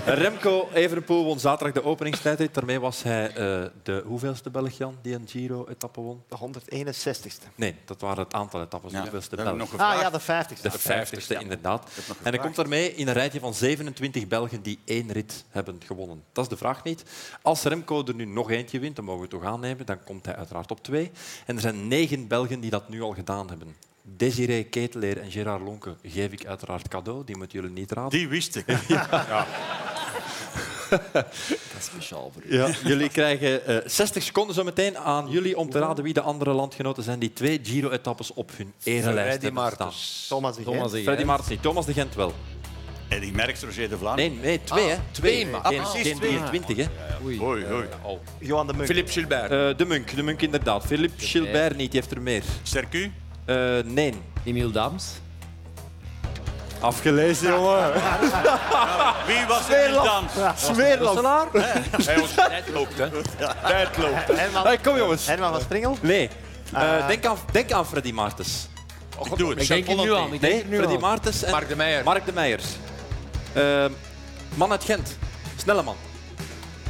Remco Evenepoel won zaterdag de openingstijdrit. Daarmee was hij eh, de hoeveelste Belg, Jan, die een Giro-etappe won?
De 161ste.
Nee, dat waren het aantal etappes.
Ja,
de hoeveelste
dat heb ik
Belg.
nog gevraagd.
Ah ja, de 50ste.
De vijftigste, inderdaad. En hij komt daarmee in een rijtje van 27 Belgen die één rit hebben gewonnen. Dat is de vraag niet. Als Remco er nu nog eentje wint, dan mogen we het toch aannemen, dan komt hij uiteraard op twee. En er zijn negen Belgen die dat nu al gedaan hebben. Desiree Keteleer en Gerard Lonke geef ik uiteraard cadeau. Die moeten jullie niet raden.
Die wist ik.
Speciaal voor u.
Ja, jullie krijgen eh, 60 seconden zo meteen aan jullie om te raden wie de andere landgenoten zijn die twee Giro-etappes op hun erelijst
Freddy
hebben staan.
Maartens.
Ah, Thomas de
Thomas
Gent.
de
Freddy
Gent.
Maartens niet, Thomas de Gent wel.
En die merkt Roger de Vlaanderen.
Nee, nee twee, hè. Twee, maar. Geen, geen 23, hè.
Hoi, hoi.
Johan de Munk.
Philippe Gilbert.
Eh, de Munk, de Munk inderdaad. Philippe Gilbert niet, die heeft er meer.
Sercu?
Eh, nee.
Emiel Dams.
Afgelezen, jongen.
Wie was het dan?
Smeerland.
Hij was tijdloopt, hè. Tijdloopt.
Herman,
Hey, ah, kom, jongens.
Herman van Springel.
Nee. Eh, denk, aan, denk aan Freddy Maartens.
Ik doe
Ik
het.
denk er nu aan. Ik denk
Nee,
er nu
Freddy
aan.
Maartens en
Mark de Meijer.
Mark de Meijer. Eh, man uit Gent. Snelle man.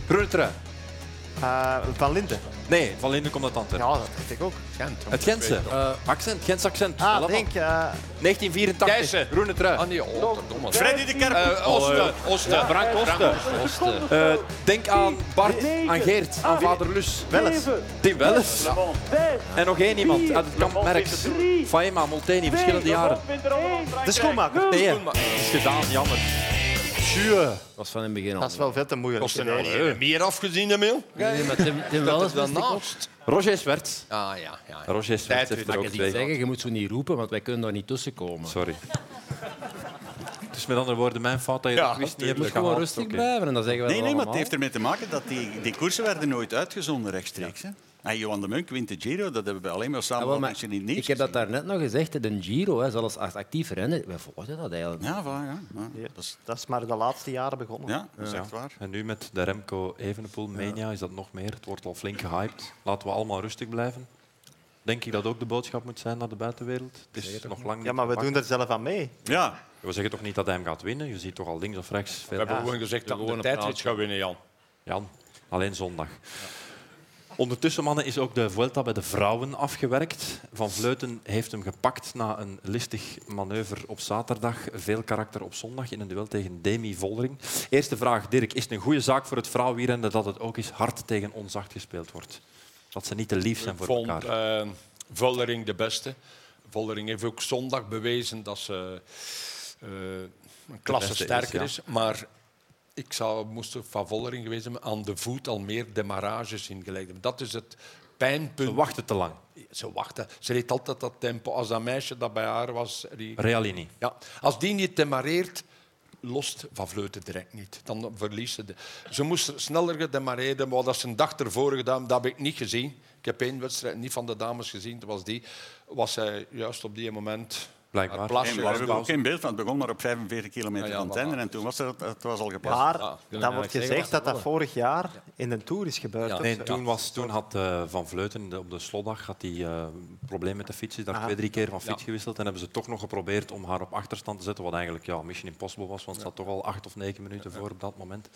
Groene trui.
Eh, van Linden.
Nee, van Linden komt uit Antwerpen.
Ja, dat weet ik ook.
Het Gentse. accent, Gents accent.
Ah,
Snelle man.
denk. eh,
1984.
Thijssen.
Groene trui.
Ah, nee, Osten.
Freddy de Kerk.
Eh, Osten. Osten.
Frank Osten. Eh, denk aan Bart, aan Geert, aan vader Lus.
Welles.
Tim Welles. En nog één iemand uit het kamp Merks. Faima, Molteni, verschillende jaren.
De schoenmaker.
Nee, hè. het is gedaan, jammer.
Dat was van in het begin al.
Dat is wel veel te moeilijk.
Osten. Nee, Meer afgezien, Emil?
Nee, maar Tim, Tim Wellens
wel
wist ik nog.
naast.
Roger Swerts.
Ah, ja. ja, ja.
Roger Swerts heeft er
Maar
ook
je moet
twee.
zeggen, je moet zo niet roepen, want wij kunnen daar niet tussenkomen.
Sorry. Dus met andere woorden, mijn fout dat je
Ja,
dat quiz niet
Je
hebt
moet gewoon
gehaald.
rustig
Oké.
blijven en dan zeggen we
Nee,
dat
nee, maar het
Eh, allemaal.
heeft ermee te maken dat die, die koersen werden nooit uitgezonden rechtstreeks. Hè? En Johan de Munk wint de Giro, dat hebben we alleen maar
Ja,
samen
wel,
met
maar
mensen in het nieuws
ik heb dat
gezien.
daarnet nog gezegd, hè, de Giro, hè, zelfs als actief renner, wij volgden dat eigenlijk.
Ja, waar, ja. ja.
Ja,
Dat is,
Dat is maar de laatste jaren begonnen.
ja, dat is echt waar.
En nu met de Remco Evenepoel Mania is dat nog meer. Het wordt al flink gehyped. Laten we allemaal rustig blijven. Denk ik dat ook de boodschap moet zijn naar de buitenwereld? Het is nog lang niet
Ja, maar we
gepakt.
doen er zelf aan mee.
Ja,
We zeggen toch niet dat hij hem gaat winnen? Je ziet toch al links of rechts
We
veel.
hebben gewoon gezegd dat we de tijdrit gaan winnen, Jan.
Jan, alleen zondag. Ondertussen, mannen, is ook de Vuelta bij de vrouwen afgewerkt. Van Vleuten heeft hem gepakt na een listig manoeuvre op zaterdag. Veel karakter op zondag in een duel tegen Demi Vollering. Eerste vraag, Dirk. Is het een goede zaak voor het vrouwenwielrennen dat het ook eens hard tegen onzacht gespeeld wordt? Dat ze niet te lief zijn
Ik
voor
vond
elkaar.
eh, Vollering de beste. Vollering heeft ook zondag bewezen dat ze eh, een klasse
beste is,
sterker
ja.
is. Maar ik zou, moest er van Vollering geweest zijn, aan de voet al meer demarages ingeleid hebben. Dat is het pijnpunt.
Ze wachten te lang.
Ze wachten. Ze reed altijd dat tempo. Als dat meisje dat bij haar was... die-
Realini.
ja. Als die niet demareert, lost Van Vleuten direct niet. Dan verliest ze. De... Ze moest sneller gedemareren, maar dat ze een dag ervoor gedaan, dat heb ik niet gezien. Ik heb één wedstrijd niet van de dames gezien, dat was die. Was zij juist op die moment...
Blijkbaar.
haar
En
Plasje
we
was
hebben ook
pauze.
geen beeld, want het begon maar op 45 kilometer
Ja, ja,
van het
voilà.
einde en toen was het, het was al geplaatst.
Maar
wil
dan wordt
eigenlijk zeggen dat
gezegd dat
ze
dat
vallen.
vorig jaar in de Tour is gebeurd.
Ja.
hè?
Nee, toen, was, toen had eh, Van Vleuten de- op de slotdag had hij eh, een probleem met de fiets. Hij is daar
Aha.
twee, drie keer van fiets
Ja.
gewisseld. En hebben ze toch nog geprobeerd om haar op achterstand te zetten. Wat eigenlijk ja, Mission Impossible was, want ze had toch al acht of negen minuten voor op dat moment.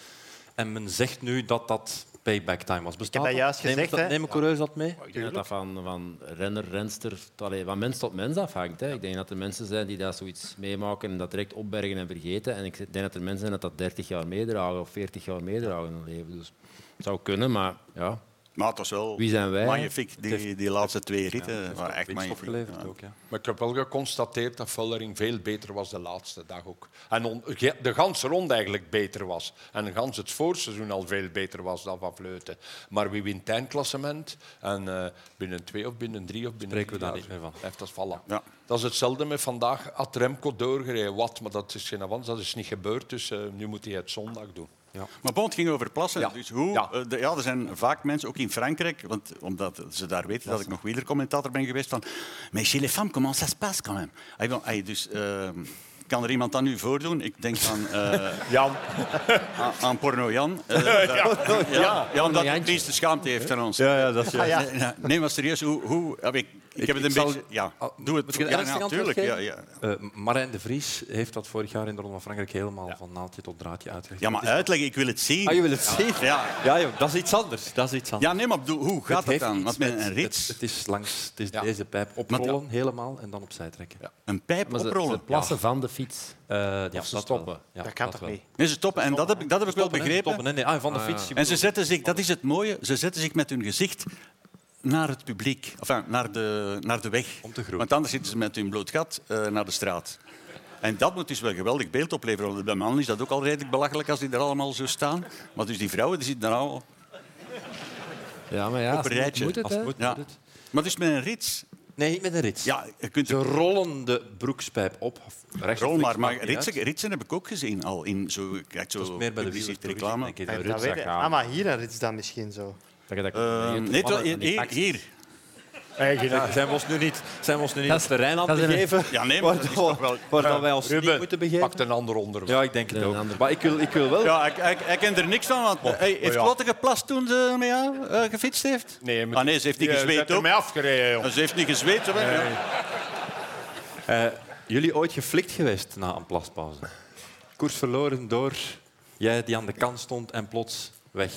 En men zegt nu dat dat payback time was. Bestaat
dat juist
neem,
gezegd,
dat,
hè?
neem een coureur dat mee?
Ik denk dat dat van, van renner, renster, allee, van mens tot mens afhangt. Hè. Ik denk dat er mensen zijn die daar zoiets meemaken en dat direct opbergen en vergeten. En ik denk dat er mensen zijn dat dat 30 jaar meedragen of 40 jaar meedragen in hun leven. Dus het zou kunnen, maar ja.
Maar het was wel
Wie zijn wij?
magnifiek, die, die laatste twee ritten. waren echt
Winst
magnifiek.
opgeleverd
Ja.
ook, ja.
Maar ik heb wel geconstateerd dat Vullering veel beter was de laatste dag ook. En on- ge- de ganse ronde eigenlijk beter was. En gans het voorseizoen al veel beter was dan Van Vleuten. Maar wie wint het eindklassement? En eh, binnen twee of binnen drie of binnen
Spreken we
drie
daar
jaar
niet meer van.
Blijft dat vallen.
Ja.
Dat is hetzelfde met vandaag. Had Remco doorgereden, wat? Maar dat is geen avans, dat is niet gebeurd. Dus eh, nu moet hij het zondag doen.
Maar Bond ging over plassen.
Ja.
Dus hoe,
Ja.
eh, de- ja, er zijn vaak mensen, ook in Frankrijk, want, omdat ze daar weten dat ik nog wielercommentator ben geweest, van... Mais chez les femmes, comment ça se passe quand même? Hij wil- hij dus... eh, kan er iemand dat nu voordoen? Ik denk aan, eh
Jan.
aan, aan Porno Jan. Eh, daar- ja. Ja, omdat hij het
Jantje.
meeste schaamte heeft aan ons.
Ja, ja, dat is juist.
Nee, nee, Nee, maar serieus, hoe... hoe heb ik, ik, heb het een
ik zal-
beetje... Ja, doe het.
Moet ik een
ja,
ernstig antwoord
natuurlijk. Ja,
geven?
ja.
Eh, Marijn de Vries heeft dat vorig jaar in de Ronde van Frankrijk helemaal van naaldje tot draadje uitgelegd.
ja, maar uitleggen, ik wil het zien.
Ah, je wil het zien?
Ja.
Ja, joh, dat is iets anders. Dat is iets anders.
Ja, nee, maar bedoel, hoe gaat het
heeft
dan?
iets
Want met
met-
een
Het,
rits,
het is langs het is
Ja.
deze pijp oprollen helemaal en dan opzij trekken. Ja.
een pijp
Maar ze,
oprollen.
ze plassen van de fiets.
ja,
ze
dat
stoppen.
wel. Ja,
Dat kan
dat
toch niet?
Nee, ze stoppen. En dat heb ik, dat heb ik wel begrepen.
Stoppen, hè? nee, ah, van de fiets. je
En ze
bedoelt-
zetten zich, dat is het mooie, ze zetten zich met hun gezicht naar het publiek. Enfin, naar de, naar de weg.
Om te groeien.
Want anders zitten ze met hun bloot gat eh, naar de straat. En dat moet dus wel een geweldig beeld opleveren. Want bij mannen is dat ook al redelijk belachelijk als die er allemaal zo staan. Maar dus die vrouwen die zitten daar al...
Ja, maar ja,
Op een
als het
rijtje,
moet het,
Als het
hè.
moet,
Ja.
moet het.
Maar dus met een rits...
Nee, niet met een rits.
Ja, je kunt
Ze rollen de broekspijp op. of Rechts
Rol
of
maar,
links,
maar
maakt niet uit.
ritsen, ritsen heb ik ook gezien al. In zo, kijk, zo
Dat is meer bij de
publicist
wielrenner,
reclame.
denk ik.
Ja,
Een
dat
rits,
weet
dat
ik.
gaat.
Ah, maar hier een rits dan misschien zo.
Dat je dat
Ehm,
controleert.
nee,
Mannen
terwijl-
van die
hier,
acties.
hier.
Ja, Zijn we ons nu niet, zijn we ons nu niet
Dat
dat
is-
terrein aan
dat is
te
een-
geven?
Ja, nee, maar dat is toch wel-
Waarvan wij ons niet
Ruben,
moeten begeven?
Pakt een ander onderwerp.
Ja, ik denk het
Een
ook.
ander-
Maar ik wil, ik wil wel...
Ja, ik, ik, ik ken er niks van, want hij heeft
Oh, ja.
Lotte geplast toen ze met jou eh, gefietst heeft?
Nee, maar-
ah, nee, ze heeft niet
Je
gezweet
hebt
ook.
mij afgereden, joh.
Ah, Ze heeft niet gezweet. hoor. Ja.
Jullie ooit geflikt geweest na een plaspauze? Koers verloren door jij die aan de kant stond en plots weg.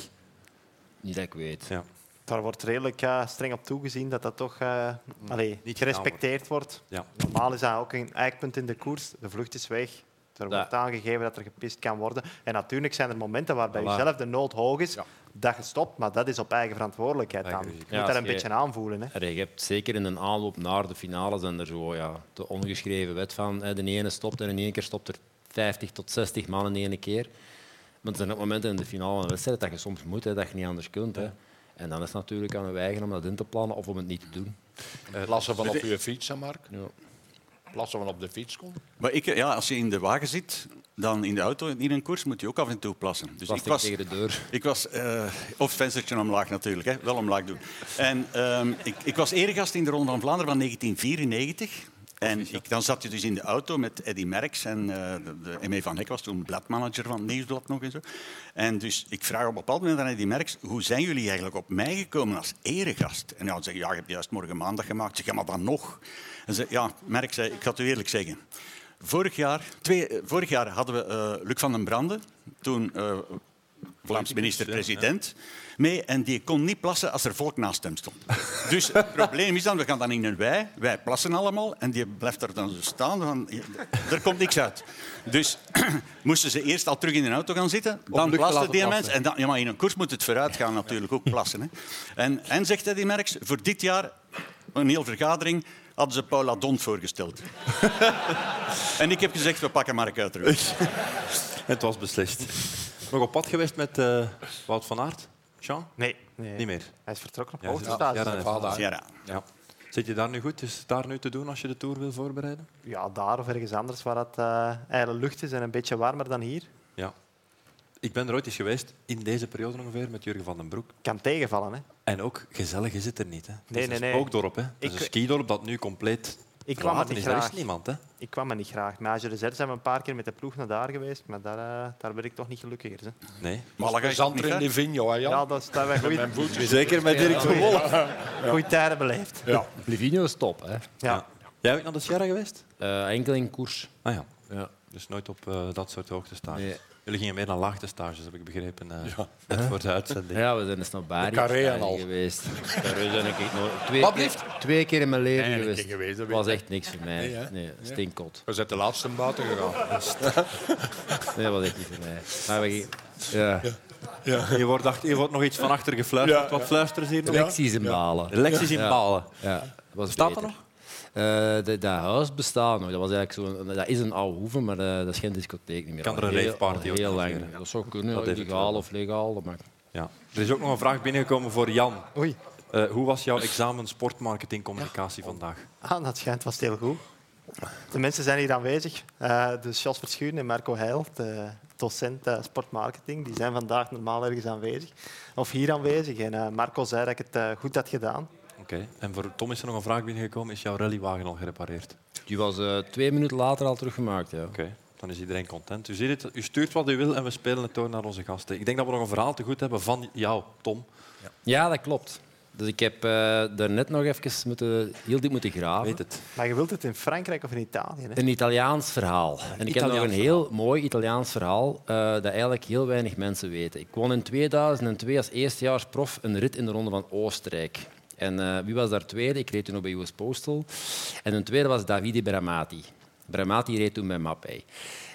Niet dat ik weet.
Ja.
Daar wordt redelijk eh, streng op toegezien dat dat toch eh, allee,
Mm, Niet
gerespecteerd wordt.
Ja.
Normaal is dat ook een eikpunt in de koers. De vlucht is weg. Er wordt aangegeven dat er gepist kan worden. En natuurlijk zijn er momenten waarbij
Voilà.
jezelf de nood hoog is,
Ja.
dat je stopt. Maar dat is op eigen verantwoordelijkheid
Eigen
dan. Je
risico.
Ja,
moet dat
als
een
je-
beetje aanvoelen. Hè.
Allee, je hebt zeker in een aanloop naar de finale zijn er zo ja, de ongeschreven wet van hè, de ene stopt en in één keer stopt er 50 tot 60 man in één keer. Maar er zijn ook momenten in de finale van een wedstrijd dat je soms moet, hè, dat je niet anders kunt. Hè. En dan is het natuurlijk aan je eigen om dat in te plannen of om het niet te doen.
Eh,
Plassen van op je fiets, hè, Mark.
Ja.
Plassen van op de fiets komt.
Maar ik, ja, als je in de wagen zit, dan in de auto, in een koers, moet je ook af en toe plassen. Dus
Plastic
ik was,
tegen de deur.
ik was eh, of het venstertje omlaag natuurlijk, hè. wel omlaag doen. En ehm, ik, ik was eregast in de Ronde van Vlaanderen van 1994. En ik, dan zat je dus in de auto met Eddy Merckx en eh de, de M.E. van Hek was toen bladmanager van het Nieuwsblad nog en zo. En dus ik vraag op een bepaald moment aan Eddy Merckx, hoe zijn jullie eigenlijk op mij gekomen als eregast? En hij zegt, ja, je hebt juist morgen maandag gemaakt. Ik zeg, ja, maar dan nog? En ze, ja, Merckx zei, ik ga het u eerlijk zeggen. Vorig jaar, twee, eh, vorig jaar hadden we eh, Luc van den Brande, toen eh, Vlaams minister-president mee en die kon niet plassen als er volk naast hem stond. Dus het probleem is dan, we gaan dan in een wei, wij plassen allemaal en die blijft er dan zo staan, van, er komt niks uit. Dus moesten ze eerst al terug in de auto gaan zitten, dan
Luc te
plaste
laten
die
plassen.
mens en dan, ja, maar in een koers moet het vooruit gaan natuurlijk, ook plassen. Hè. En, en zegt Eddy Merckx, voor dit jaar, een heel vergadering, hadden ze Paula Dont voorgesteld. en ik heb gezegd, we pakken Mark uit terug.
Het was beslist. Nog op pad geweest met eh, Wout van Aert? Jean?
Nee, nee.
Niet meer.
Hij is vertrokken op
Ja, zit-
hoogtestatus.
ja, dan
Vaal daar.
Sierra.
Ja. Zit je daar nu goed? Is het daar nu te doen als je de Tour wil voorbereiden?
Ja, daar of ergens anders waar het eh eigenlijk lucht is en een beetje warmer dan hier.
Ja. Ik ben er ooit eens geweest, in deze periode ongeveer, met Jurgen van den Broek.
Kan tegenvallen. Hè.
En ook, gezellig is het er niet. Hè. Het
Nee,
is
nee,
een
nee.
spookdorp. Hè. Het is
Ik-
een skidorp dat nu compleet
Ik kwam er
verlaten
niet
is. Daar is
graag.
niemand. Hè.
Ik kwam er niet graag. Met Age Reserve zijn we een paar keer met de ploeg naar daar geweest, maar daar, eh, daar ben ik toch niet gelukkiger. Hè.
Nee.
Malaga is
Zander
niet
in
ver.
Livigno, hè, Jan?
Ja, dat staan wij goed,
Zeker met Dirk van Wolle.
goede tijden beleefd.
Livigno is top, hè.
Ja.
Jij ook naar de Sierra geweest?
Eh, enkel in koers.
Ah ja.
Ja.
Dus nooit op eh, dat soort hoogtestages.
Nee.
Jullie gingen meer naar laagtestages, heb ik begrepen. eh Net voor de uitzending.
Ja, we zijn eens naar Bari
De Carré en
Bari
al.
geweest. Carré zijn ik nog twee,
Wat
keer,
blieft?
twee keer in mijn leven
Eén keer
geweest.
geweest, dat
was
weet
echt niks voor mij.
Nee, hè?
Nee, stinkkot.
We zijn de laatste buiten gegaan.
Nee, dat was echt niet voor mij. Maar we gingen- ja.
Je, wordt achter- je wordt nog iets van achter gefluisterd. Wat fluisteren ze hier nog?
Lecties in Balen.
Lecties in
Ja.
Balen.
Ja, dat was
Staat dat
beter.
nog?
Eh, dat- dat huis bestaat nog. Dat, was eigenlijk zo'n- dat is een oude hoeve, maar eh, dat is geen discotheek niet meer.
Kan er
Al
een
heel-
raveparty
al
organiseren?
Heel lang. niet. Dat zou kunnen,
Dat heeft het
illegaal
wel.
of legaal. Dat maakt...
Ja. Er is ook nog een vraag binnengekomen voor Jan.
Oei,
Eh, hoe was jouw examen sportmarketing communicatie vandaag?
ah, dat schijnt was heel goed. De mensen zijn hier aanwezig. Eh dus Jos Verschuren en Marco Heil, de docent eh, sportmarketing, die zijn vandaag normaal ergens aanwezig. Of hier aanwezig. En eh, Marco zei dat ik het eh, goed had gedaan.
Oké. En voor Tom is er nog een vraag binnengekomen. Is jouw rallywagen al gerepareerd?
Die was eh, twee minuten later al teruggemaakt. Ja.
Oké, dan is iedereen content. U ziet het, u stuurt wat u wil en we spelen het door naar onze gasten. Ik denk dat we nog een verhaal te goed hebben van jou, Tom.
ja, dat klopt. Dus ik heb daar daarnet nog even moeten, heel diep moeten graven.
Weet het.
Maar je wilt het in Frankrijk of in Italië? Hè?
Een Italiaans verhaal. En ik heb nog een
Italiaans
heel mooi Italiaans verhaal eh, dat eigenlijk heel weinig mensen weten. Ik won in 2002 als eerstejaars prof een rit in de Ronde van Oostenrijk. En eh, wie was daar tweede? Ik reed toen nog bij US Postal. En een tweede was Davide Bramati. Bramati reed toen bij Mappé.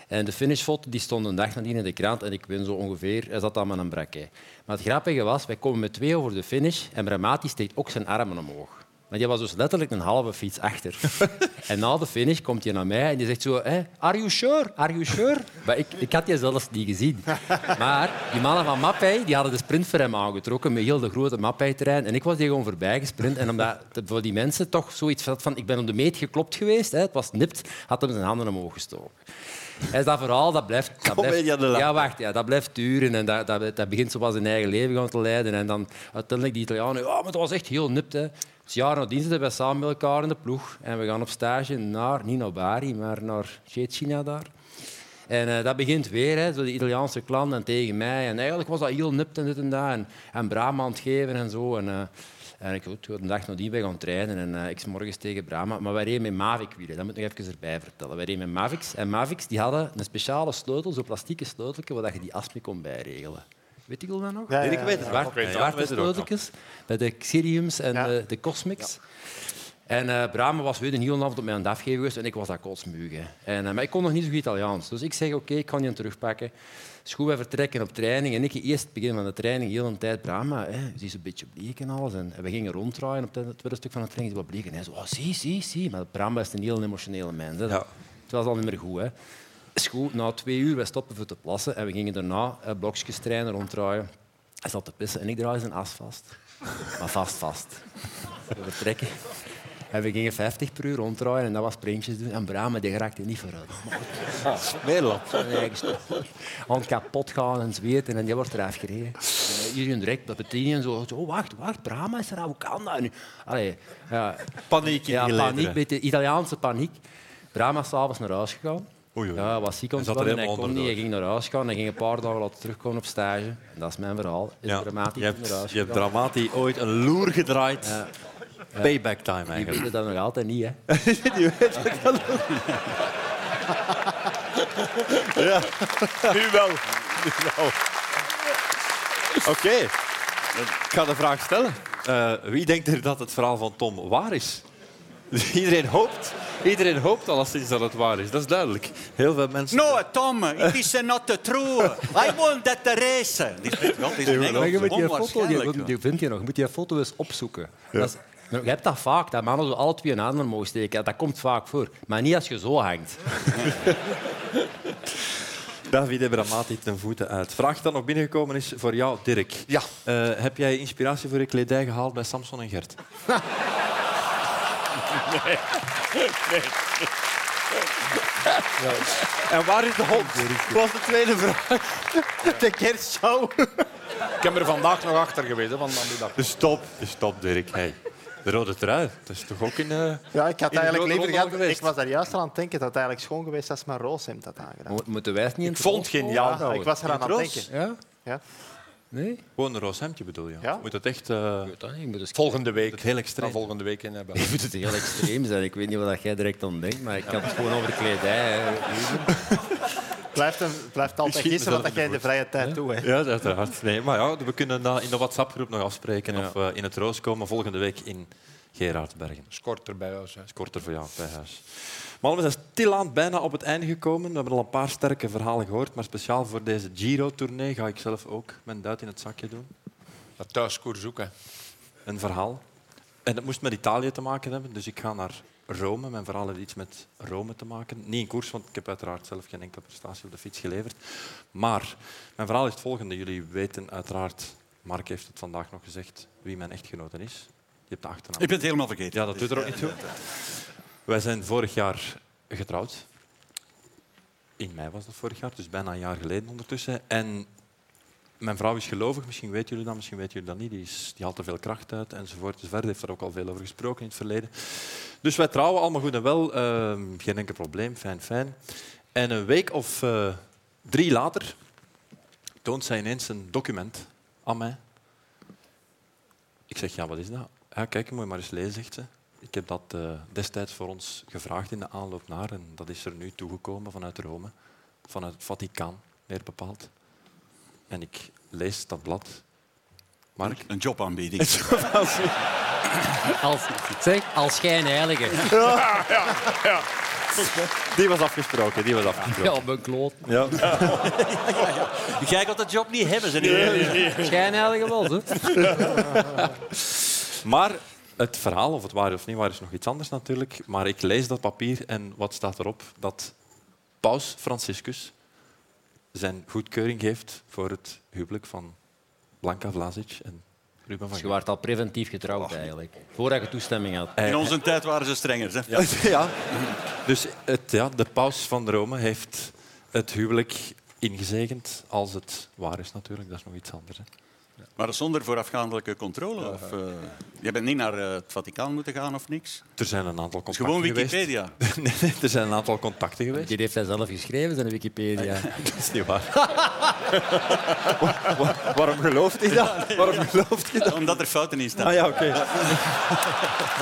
En de finishfoto die stond een dag nadien in de krant en ik win zo ongeveer. Hij zat aan met een brakke. Maar het grappige was, wij komen met twee over de finish en Bramati steekt ook zijn armen omhoog. Maar die was dus letterlijk een halve fiets achter. en na de finish komt hij naar mij en die zegt zo... Hey, are you sure? Are you sure? Maar ik, ik had die zelfs niet gezien. Maar die mannen van Mappij die hadden de sprint voor hem aangetrokken met heel de grote Mappij-terrein. En ik was die gewoon voorbij gesprint. En omdat het voor die mensen toch zoiets had van... Ik ben op de meet geklopt geweest, hè, het was nipt, had hem zijn handen omhoog gestoken. En dat verhaal, dat blijft... Dat blijft
Comedia de la-
ja, wacht, ja, dat blijft duren en dat, dat, dat begint zoals een eigen leven gaan te leiden. En dan uiteindelijk die Italianen, ja, maar dat was echt heel nipt. Hè. Dus jaar nadien zitten wij samen met elkaar in de ploeg en we gaan op stage naar, niet naar Bari, maar naar Cecina daar. En eh, dat begint weer, hè, zo die Italiaanse klant en tegen mij. En eigenlijk was dat heel nipt en dit en dat. En, en Brahma aan het geven en zo. En, eh, en ik goed, de dag nadien ben gaan trainen en eh, ik s morgens tegen Brahma. Maar wij reden met Mavic wielen, dat moet ik nog even erbij vertellen. Wij reden met Mavics en Mavics die hadden een speciale sleutel, zo'n plastieke sleuteltje, waar dat je die as mee kon bijregelen. Weet ik dat nog?
Ja, ja, ja.
Zwart- zwarte sleuteltjes bij de Xiriums en
Ja.
de, de Cosmics. En eh Brahma was weer een hele avond op mij aan het afgeven geweest en ik was dat kotsmugen. En, eh, maar ik kon nog niet zo goed Italiaans. Dus ik zeg, oké, ik kan je hem terugpakken. Dus goed, wij vertrekken op training. En ik eerst het begin van de training, heel een tijd, Brahma, hè, die is een beetje bleek en alles. En, en we gingen ronddraaien op het het tweede stuk van de training. Die was bleek en hij zo, oh, zie, zie, zie. Maar Brahma is een heel emotionele mens. Hè. Het was al niet meer goed, hè. Is goed, na twee uur, wij stoppen voor te plassen. En we gingen daarna eh, blokjes trainen, ronddraaien. Hij zat te pissen en ik draaide zijn as vast. Maar vast, vast. We vertrekken. En we gingen 50 per uur ronddraaien en dat was printjes doen. En Brahma die raakte niet vooruit.
Ah,
Nederland.
Zijn eigen stoel. Aan het kapot gaan en zweten en die wordt eraf gereden. Eh, Iedereen direct op het tien en zo. Oh, wacht, wacht, Brahma is er aan. Hoe kan dat nu? Allee, ja,
Paniek in
ja,
die
paniek,
lederen.
beetje Italiaanse paniek. Brahma is s'avonds naar huis gegaan.
Oei, oei.
Ja, hij was ziek
Hij zat er
ontvallen en hij
helemaal
kon niet. Hij
onderdoor.
ging naar huis gaan. Hij ging een paar dagen later terugkomen op stage. En dat is mijn verhaal. Is
Ja.
dramatisch
Je
naar huis
hebt, je hebt
gegaan.
Dramati ooit een loer gedraaid. Payback time
Die
eigenlijk.
weten dat nog altijd niet, hè.
Nu wel. Oké. Ik ga de vraag stellen.
Eh, wie denkt er dat het verhaal van Tom waar is?
Iedereen hoopt. Iedereen hoopt al sinds dat het waar is. Dat is duidelijk.
Heel veel mensen.
No, Tom, it is not true. I won that race. Die spreekt wel, die is in
Maar je
Engels.
moet die foto, die,
Onwaarschijnlijk.
die, vind je nog. Je moet die foto eens opzoeken. Dat is- nou, je hebt dat vaak, dat mannen zo alle twee een ander mogen steken. Dat komt vaak voor. Maar niet als je zo hangt.
Davide Bramati ten voeten uit. Vraag die dan nog binnengekomen is voor jou, Dirk.
Ja.
Eh, heb jij inspiratie voor je kledij gehaald bij Samson en Gert?
En waar is de hond? Dat was de tweede vraag. De kerstshow.
Ik heb er vandaag nog achter geweten van de middag.
Dus Stop, stop, Dirk. Hey. De rode trui, dat is toch ook in... eh,
Ja, ik had
de
eigenlijk
rode
liever
ronde al
gehad...
geweest.
Ik was daar juist al aan het denken dat het eigenlijk schoon geweest als mijn roos hem dat aangedaan.
Mo- Moeten wij het niet in
Ik vond geen
Ja,
ja.
Ah, ik was eraan aan het denken.
Ja?
Ja.
Nee?
Gewoon een roos hemdje bedoel je?
Ja.
Moet dat echt... eh,
Ik weet dat niet. Ik moet eens-
Volgende week.
Het heel extreem.
Ga Volgende week in eh, hebben.
Ik moet het heel extreem zijn. Ik weet niet wat jij direct aan denkt, maar ik had het gewoon over de kledij. hè.
Blijft, een, blijft altijd
Schiet
gissen wat
mezelf
dat jij in de vrije tijd doet. Hè.
Ja, uiteraard. Nee, maar ja, we kunnen dat in de WhatsApp-groep nog afspreken of we in het roos komen volgende week in Gerardbergen.
is korter bij huis. Hè.
is korter voor jou bij huis. Maar we zijn stilaan bijna op het einde gekomen. We hebben al een paar sterke verhalen gehoord, maar speciaal voor deze Giro-tournee ga ik zelf ook mijn duit in het zakje doen.
Dat thuiskoer zoeken.
Een verhaal. En dat moest met Italië te maken hebben, dus ik ga naar Rome. Mijn verhaal heeft iets met Rome te maken. Niet in koers, want ik heb uiteraard zelf geen enkele prestatie op de fiets geleverd. Maar mijn verhaal is het volgende. Jullie weten uiteraard, Mark heeft het vandaag nog gezegd, wie mijn echtgenote is. Je hebt de achternaam.
Ik ben het helemaal vergeten.
Ja, dat doet er ook niet toe. Wij zijn vorig jaar getrouwd. In mei was dat vorig jaar, dus bijna een jaar geleden ondertussen. En mijn vrouw is gelovig, misschien weten jullie dat, misschien weten jullie dat niet. Die, is, die haalt er veel kracht uit enzovoort. Dus verder heeft daar ook al veel over gesproken in het verleden. Dus wij trouwen allemaal goed en wel. ehm, geen enkel probleem, fijn, fijn. En een week of eh, drie later toont zij ineens een document aan mij. Ik zeg, ja, wat is dat? Ja, kijk, moet je maar eens lezen, zegt ze. Ik heb dat eh, destijds voor ons gevraagd in de aanloop naar en dat is er nu toegekomen vanuit Rome, vanuit het Vaticaan, meer bepaald. En ik lees dat blad. Mark,
Een jobaanbieding.
Als, zeg, als schijnheilige.
die was afgesproken, die was afgesproken.
Ja, op een kloot.
Jij kan dat job niet hebben. Ze
Schijnheilige wel, hè?
Maar het verhaal, of het waar of niet waar, is nog iets anders natuurlijk. Maar ik lees dat papier en wat staat erop? Dat paus Franciscus zijn goedkeuring geeft voor het huwelijk van Blanca Vlasic en Ruben van
Dus je waart al preventief getrouwd eigenlijk. Voordat je toestemming had.
In onze tijd waren ze strenger. Hè?
Eh, Ja. Dus het, ja, de paus van Rome heeft het huwelijk ingezegend, als het waar is natuurlijk. Dat is nog iets anders. Hè.
Maar zonder voorafgaandelijke controle? Of, eh, je bent niet naar eh, het Vaticaan moeten gaan of niks?
Er zijn een aantal
Het is
contacten
gewoon
geweest.
Wikipedia.
Nee, nee, er zijn een aantal contacten geweest.
Dit heeft hij zelf geschreven, zijn Wikipedia.
Dat is niet waar. Wa- wa- waarom gelooft hij dat? Waarom gelooft hij dat?
Omdat er fouten in staan.
Ah ja, oké.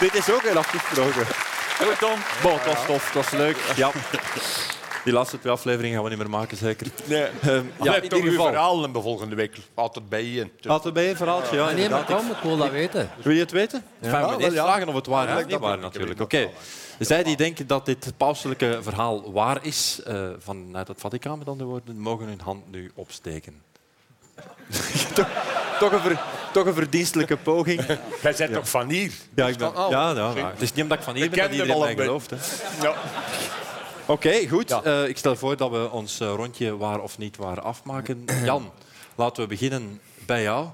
Dit is ook heel afgesproken.
Goed, Tom.
Bon, het was tof, het was leuk. Ja. Die laatste twee afleveringen gaan we niet meer maken, zeker.
Nee.
Ehm, ja, in ieder
toch uw
geval.
verhaal hebben volgende week. Altijd bij je.
Laten we bij een verhaaltje. Ja,
nee, maar
inderdaad.
kom, ik wil dat weten.
Wil je het weten? Ja, Fijn, we gaan eerst vragen of het waar is.
Ja,
of niet
dat
waar
weet ik.
natuurlijk. Oké. Zij die denken dat dit pauselijke verhaal waar is, eh, vanuit het Vaticaan met andere woorden, mogen hun hand nu opsteken. toch, toch, een ver- toch een verdienstelijke poging.
Jij bent toch van hier?
Ja, ik ben,
Oh,
ja, ja, maar het is niet omdat ik van hier
We
ben dat
kennen
iedereen
hem al
mij
een
gelooft. hè.
Ja.
Oké, goed. Eh, ik stel voor dat we ons eh, rondje waar of niet waar afmaken. Jan, laten we beginnen bij jou.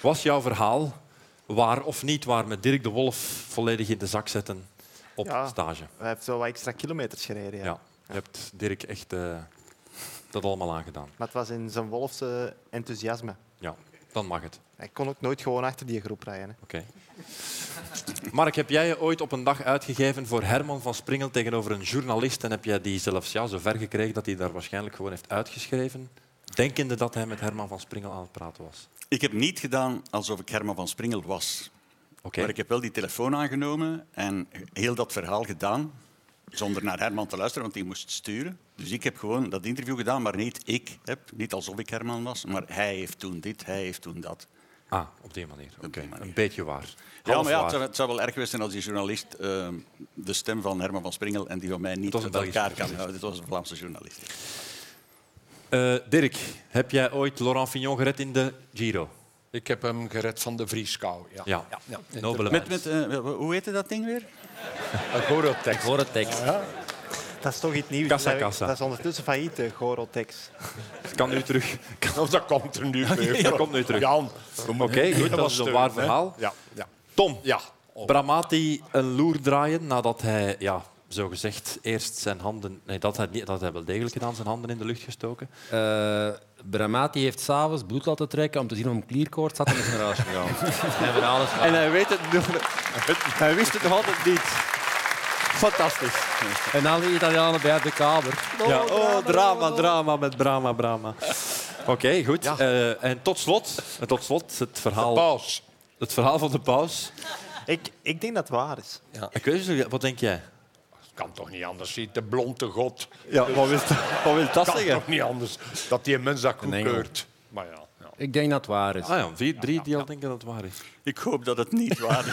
Was jouw verhaal waar of niet waar met Dirk de Wolf volledig in de zak zetten op
Ja.
stage?
Hij heeft zo wat extra kilometers gereden.
Ja.
Ja.
je hebt Dirk echt eh, dat allemaal aangedaan.
Maar het was in zijn wolfse enthousiasme.
Ja, dan mag het.
Hij kon ook nooit gewoon achter die groep rijden. Hè.
Oké. Mark, heb jij je ooit op een dag uitgegeven voor Herman van Springel tegenover een journalist en heb jij die zelfs ja, zo ver gekregen dat hij daar waarschijnlijk gewoon heeft uitgeschreven, denkende dat hij met Herman van Springel aan het praten was?
Ik heb niet gedaan alsof ik Herman van Springel was.
Oké.
Maar ik heb wel die telefoon aangenomen en heel dat verhaal gedaan. Zonder naar Herman te luisteren, want die moest sturen. Dus ik heb gewoon dat interview gedaan, maar niet ik heb. Niet alsof ik Herman was, maar hij heeft toen dit, hij heeft toen dat.
Ah, op die manier. Oké,
die manier.
Een beetje waar.
Ja,
Half
maar ja, het,
waar.
zou, het zou wel erg geweest zijn als die journalist eh, de stem van Herman van Springel en die van mij niet
was een
uit elkaar
Belgische
kan houden. Dit was een Vlaamse journalist.
Eh, Dirk, heb jij ooit Laurent Fignon gered in de Giro?
Ik heb hem gered van de vrieskou. Ja.
Ja.
ja.
Nobele
Met,
mens.
met, eh, hoe heette dat ding weer?
Een gore tekst.
Voor het tekst.
Dat Dat is toch iets nieuws.
Kassa,
Dat-
kassa.
Dat is ondertussen failliet, eh, Gorotex.
Het kan nu terug.
Of dat komt er nu weer.
dat komt nu terug.
Jan, we moeten-
Oké, goed, dat
was
is een
steun,
waar
hè.
verhaal.
Ja, ja.
Tom,
ja.
Bramati een loer draaien nadat hij, ja, zo gezegd, eerst zijn handen. Nee, dat hij, niet, dat hij wel degelijk gedaan, zijn handen in de lucht gestoken.
Eh, Bramati heeft s'avonds bloed laten trekken om te zien of een klierkoord zat en is naar huis gegaan. en van alles.
En hij, weet het, nog- het- hij wist het nog altijd niet. Fantastisch.
En alle Italianen bij de kamer.
Ja.
Oh, drama, drama met drama, drama.
Oké, goed. Eh, en tot slot, en tot slot het, verhaal,
Paus.
het verhaal van de paus.
Ik, ik denk dat het waar is.
Ik weet niet, wat denk jij?
Kan toch niet anders zien, de blonde god.
Ja, wat wil, wat wil dat
Kan
zeggen?
toch niet anders dat die mens dat
engel.
goedkeurt. Maar ja, ja.
Ik denk dat het waar is.
Ah ja, vier, drie die al denken dat het waar is.
Ik hoop dat het niet waar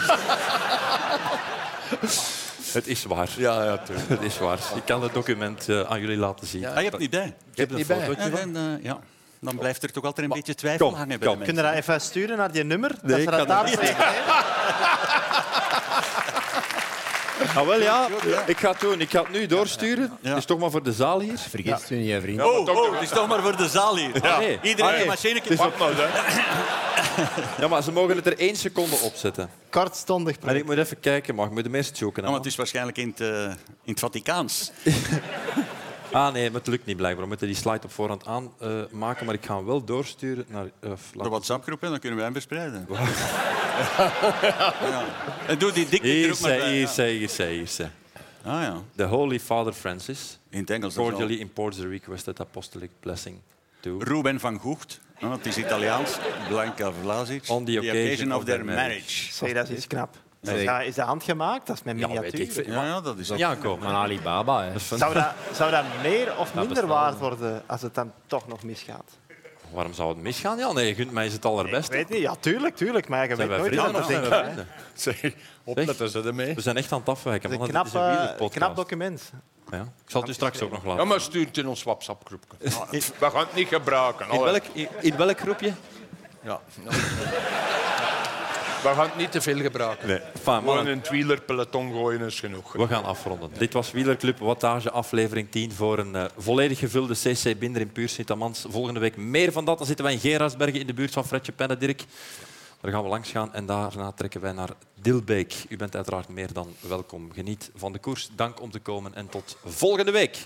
is.
Het is waar.
Ja, ja, tuurlijk.
Het is waar. Ik kan het document eh, aan jullie laten zien.
Ah, je hebt een idee.
Ik heb een fotootje
Ja,
van.
dan, eh, ja. dan blijft er toch altijd een beetje twijfel
kom,
hangen bij
kom.
de mensen.
Kunnen we dat even sturen naar die nummer? dat ze
ik
dat
kan
daar
het
steken, hè?
Ah, wel ja. Ik ga het doen. Ik ga het nu doorsturen.
Ja.
Is toch maar voor de zaal hier?
Vergis het u niet, hè, vriend.
Oh, oh, het is toch maar voor de zaal hier.
Ah, nee.
Iedereen
Ah, nee.
een machineke.
Pak nou, hè.
Ja, maar ze mogen het er één seconde op zetten.
Kortstondig.
En ik moet even kijken, mag ik moet hem eerst zoeken.
Ja,
hè,
want het is waarschijnlijk in het, eh, in het Vaticaans.
man. Ah nee, maar het lukt niet blijkbaar. We moeten die slide op voorhand aanmaken, maar ik ga hem wel doorsturen naar... eh,
De
laat-
WhatsApp-groep, en dan kunnen wij hem verspreiden. ja. En doe die dikke
Hier,
druk maar
zij,
bij.
hier,
Ja.
zij, hier, zij, hier, zij.
Ah ja,
The Holy Father Francis
in het Engels. dat is wel-
cordially imports the requested apostolic blessing to...
Ruben van Goegt, hè, want het is Italiaans. Blanca Vlasic.
On the occasion of
of their
their marriage.
marriage.
Zeg, dat is iets knap.
Nee.
Ja, is dat handgemaakt? Dat is mijn
Ja, weet ik
miniatuur.
veel.
Ja, ja, dat is ook.
Ja, kom.
Van Alibaba, hè.
Zou dat, zou dat meer of minder
bestaan
waard worden als het dan toch nog misgaat?
Waarom zou het misgaan? Ja, nee, je gunt mij is het
Ik
allerbest.
weet niet. Ja, tuurlijk, tuurlijk. Maar je
Zijn
weet
wij
nooit
vrienden
wat
of
dat
zijn
denkt.
wij
hè.
vrienden?
Zeg, opletten ze ermee.
We zijn echt aan het afwijken.
Dat
Man,
is een
dit
knap,
is een
eh,
wielerpodcast.
knap document.
Ja. Ik zal het u straks ook nog laten
Ja, maar stuur het in ons WhatsApp-groepje. Nou, We gaan het niet gebruiken. Nou,
In
allee.
welk, in welk groepje?
Ja. We gaan het niet te veel gebruiken.
Enfin,
Gewoon
mannen,
een wielerpeloton gooien is genoeg.
we gaan afronden. Dit was Wielerclub Wattage, aflevering 10 voor een eh, volledig gevulde CC Binder in Puur Sint-Amans. Volgende week meer van dat. Dan zitten wij in Gerardsbergen in de buurt van Fredje Pennedirk. Daar gaan we langs gaan en daarna trekken wij naar Dilbeek. U bent uiteraard meer dan welkom. Geniet van de koers. Dank om te komen en tot volgende week.